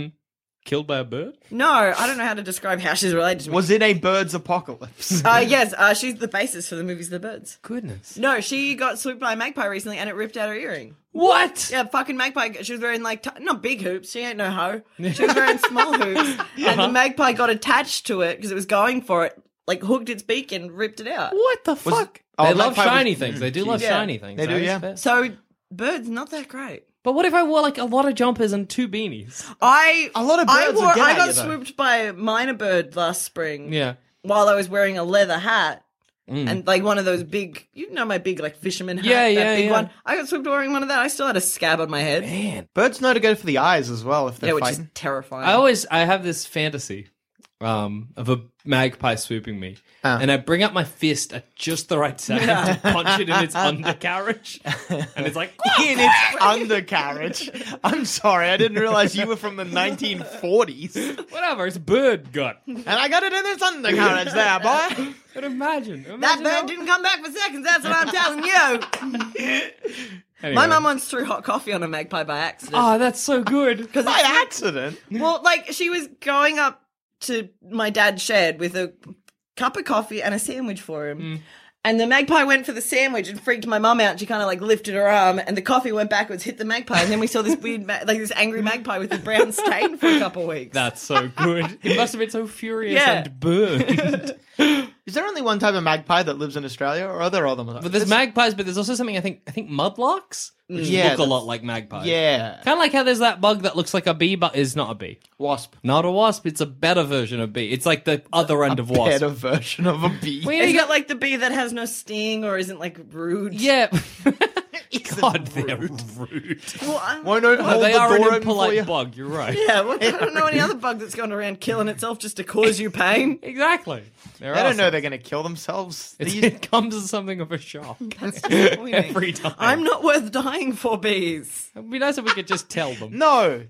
S3: killed by a bird.
S4: No, I don't know how to describe how she's related to me.
S5: Was it a birds apocalypse?
S4: Uh, yes, uh, she's the basis for the movies The Birds.
S3: Goodness.
S4: No, she got swooped by a magpie recently and it ripped out her earring.
S3: What?
S4: Yeah, fucking magpie. She was wearing like, t- not big hoops. She ain't no hoe. She was wearing small hoops. And
S5: Uh-huh.
S4: the magpie got attached to it because it was going for it, like hooked its beak and ripped it out.
S3: What the fuck? they
S5: Oh,
S3: love
S5: magpie was-
S3: shiny things. They do love
S4: Yeah.
S3: shiny things.
S5: They do,
S3: That is
S5: yeah.
S3: fair.
S4: So, birds, not that great.
S3: But what if I wore like a lot of jumpers and two beanies?
S4: I
S5: A lot of
S4: I
S5: birds will
S4: wore
S5: get
S4: I
S5: at
S4: got
S5: you, though.
S4: swooped by a minor bird last spring.
S3: Yeah.
S4: While I was wearing a leather hat and like one of those big, you know, my big like fisherman hat.
S3: Mm. Yeah,
S4: that
S3: yeah,
S4: big
S3: yeah.
S4: one. I got swooped wearing one of that. I still had a scab on my head.
S5: Birds know to go for the eyes as well if they're
S4: yeah, which
S5: fighting.
S4: is terrifying.
S3: I always I have this fantasy um, of a magpie swooping me, and I bring up my fist at just the right second to punch it in its undercarriage, and it's like
S5: In its undercarriage. I'm sorry, I didn't realize you were from the 1940s.
S3: whatever. It's bird gut.
S5: And I got it in its undercarriage there, boy.
S3: But imagine,
S4: that
S3: imagine
S4: bird didn't come back for seconds. That's what I'm telling you. My mum once threw hot coffee on a magpie by accident.
S3: Oh, that's so good.
S5: By accident.
S4: Well, like she was going up to my dad's shed with a cup of coffee and a sandwich for him. And the magpie went for the sandwich and freaked my mum out. She kind of like lifted her arm, and the coffee went backwards, hit the magpie, and then we saw this weird, ma- like this angry magpie with a brown stain for a couple weeks.
S3: That's so good. It must have been so furious
S4: Yeah.
S3: and burned.
S5: Is there only one type of magpie that lives in Australia, or are there other ones?
S3: But there's magpies, but there's also something I think I think mudlarks, which
S5: Yeah,
S3: look a lot like magpies.
S5: Yeah.
S3: Kind of like how there's that bug that looks like a bee, but is not a bee.
S5: Wasp.
S3: Not a wasp. It's a better version of bee. It's like the other end of wasp.
S5: Better version of a bee.
S3: Well,
S4: It's
S3: you
S4: got like the bee that has no sting or isn't like rude.
S3: Yeah. God, they're rude.
S4: Well, I-
S5: Won't o- hold
S3: they
S5: the
S3: are
S5: door
S3: an
S5: open for you.
S3: impolite bug. You're right.
S4: yeah. Well, I don't know any other bug that's going around killing itself just to cause you pain.
S3: Exactly. They're
S5: They don't know they're going to kill themselves. They use-
S3: It comes as something of a shock
S4: That's disappointing.
S3: every time.
S4: I'm not worth dying for bees.
S3: It'd be nice if we could just tell them.
S5: No.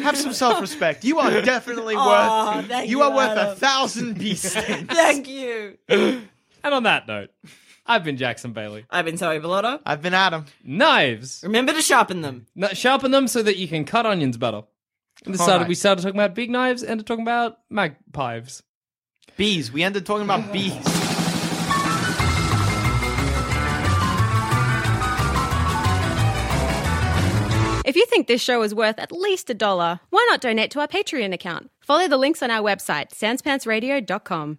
S5: Have some self-respect. You are definitely
S4: Aw,
S5: worth.
S4: thank
S5: you
S4: you,
S5: are worth a
S4: Oh, Adam.
S5: thousand bee stings.
S4: Thank you.
S3: And on that note, I've been Jackson Bailey.
S4: I've been Zoe Bellotto.
S5: I've been Adam.
S3: Knives.
S4: Remember to sharpen them.
S3: Now, sharpen them so that you can cut onions better. And this started,
S5: Alright.
S3: we started talking about big knives and talking about magpies.
S5: Bees. We ended talking about bees.
S7: If you think this show is worth at least a dollar, why not donate to our Patreon account? Follow the links on our website, sanspantsradio.com.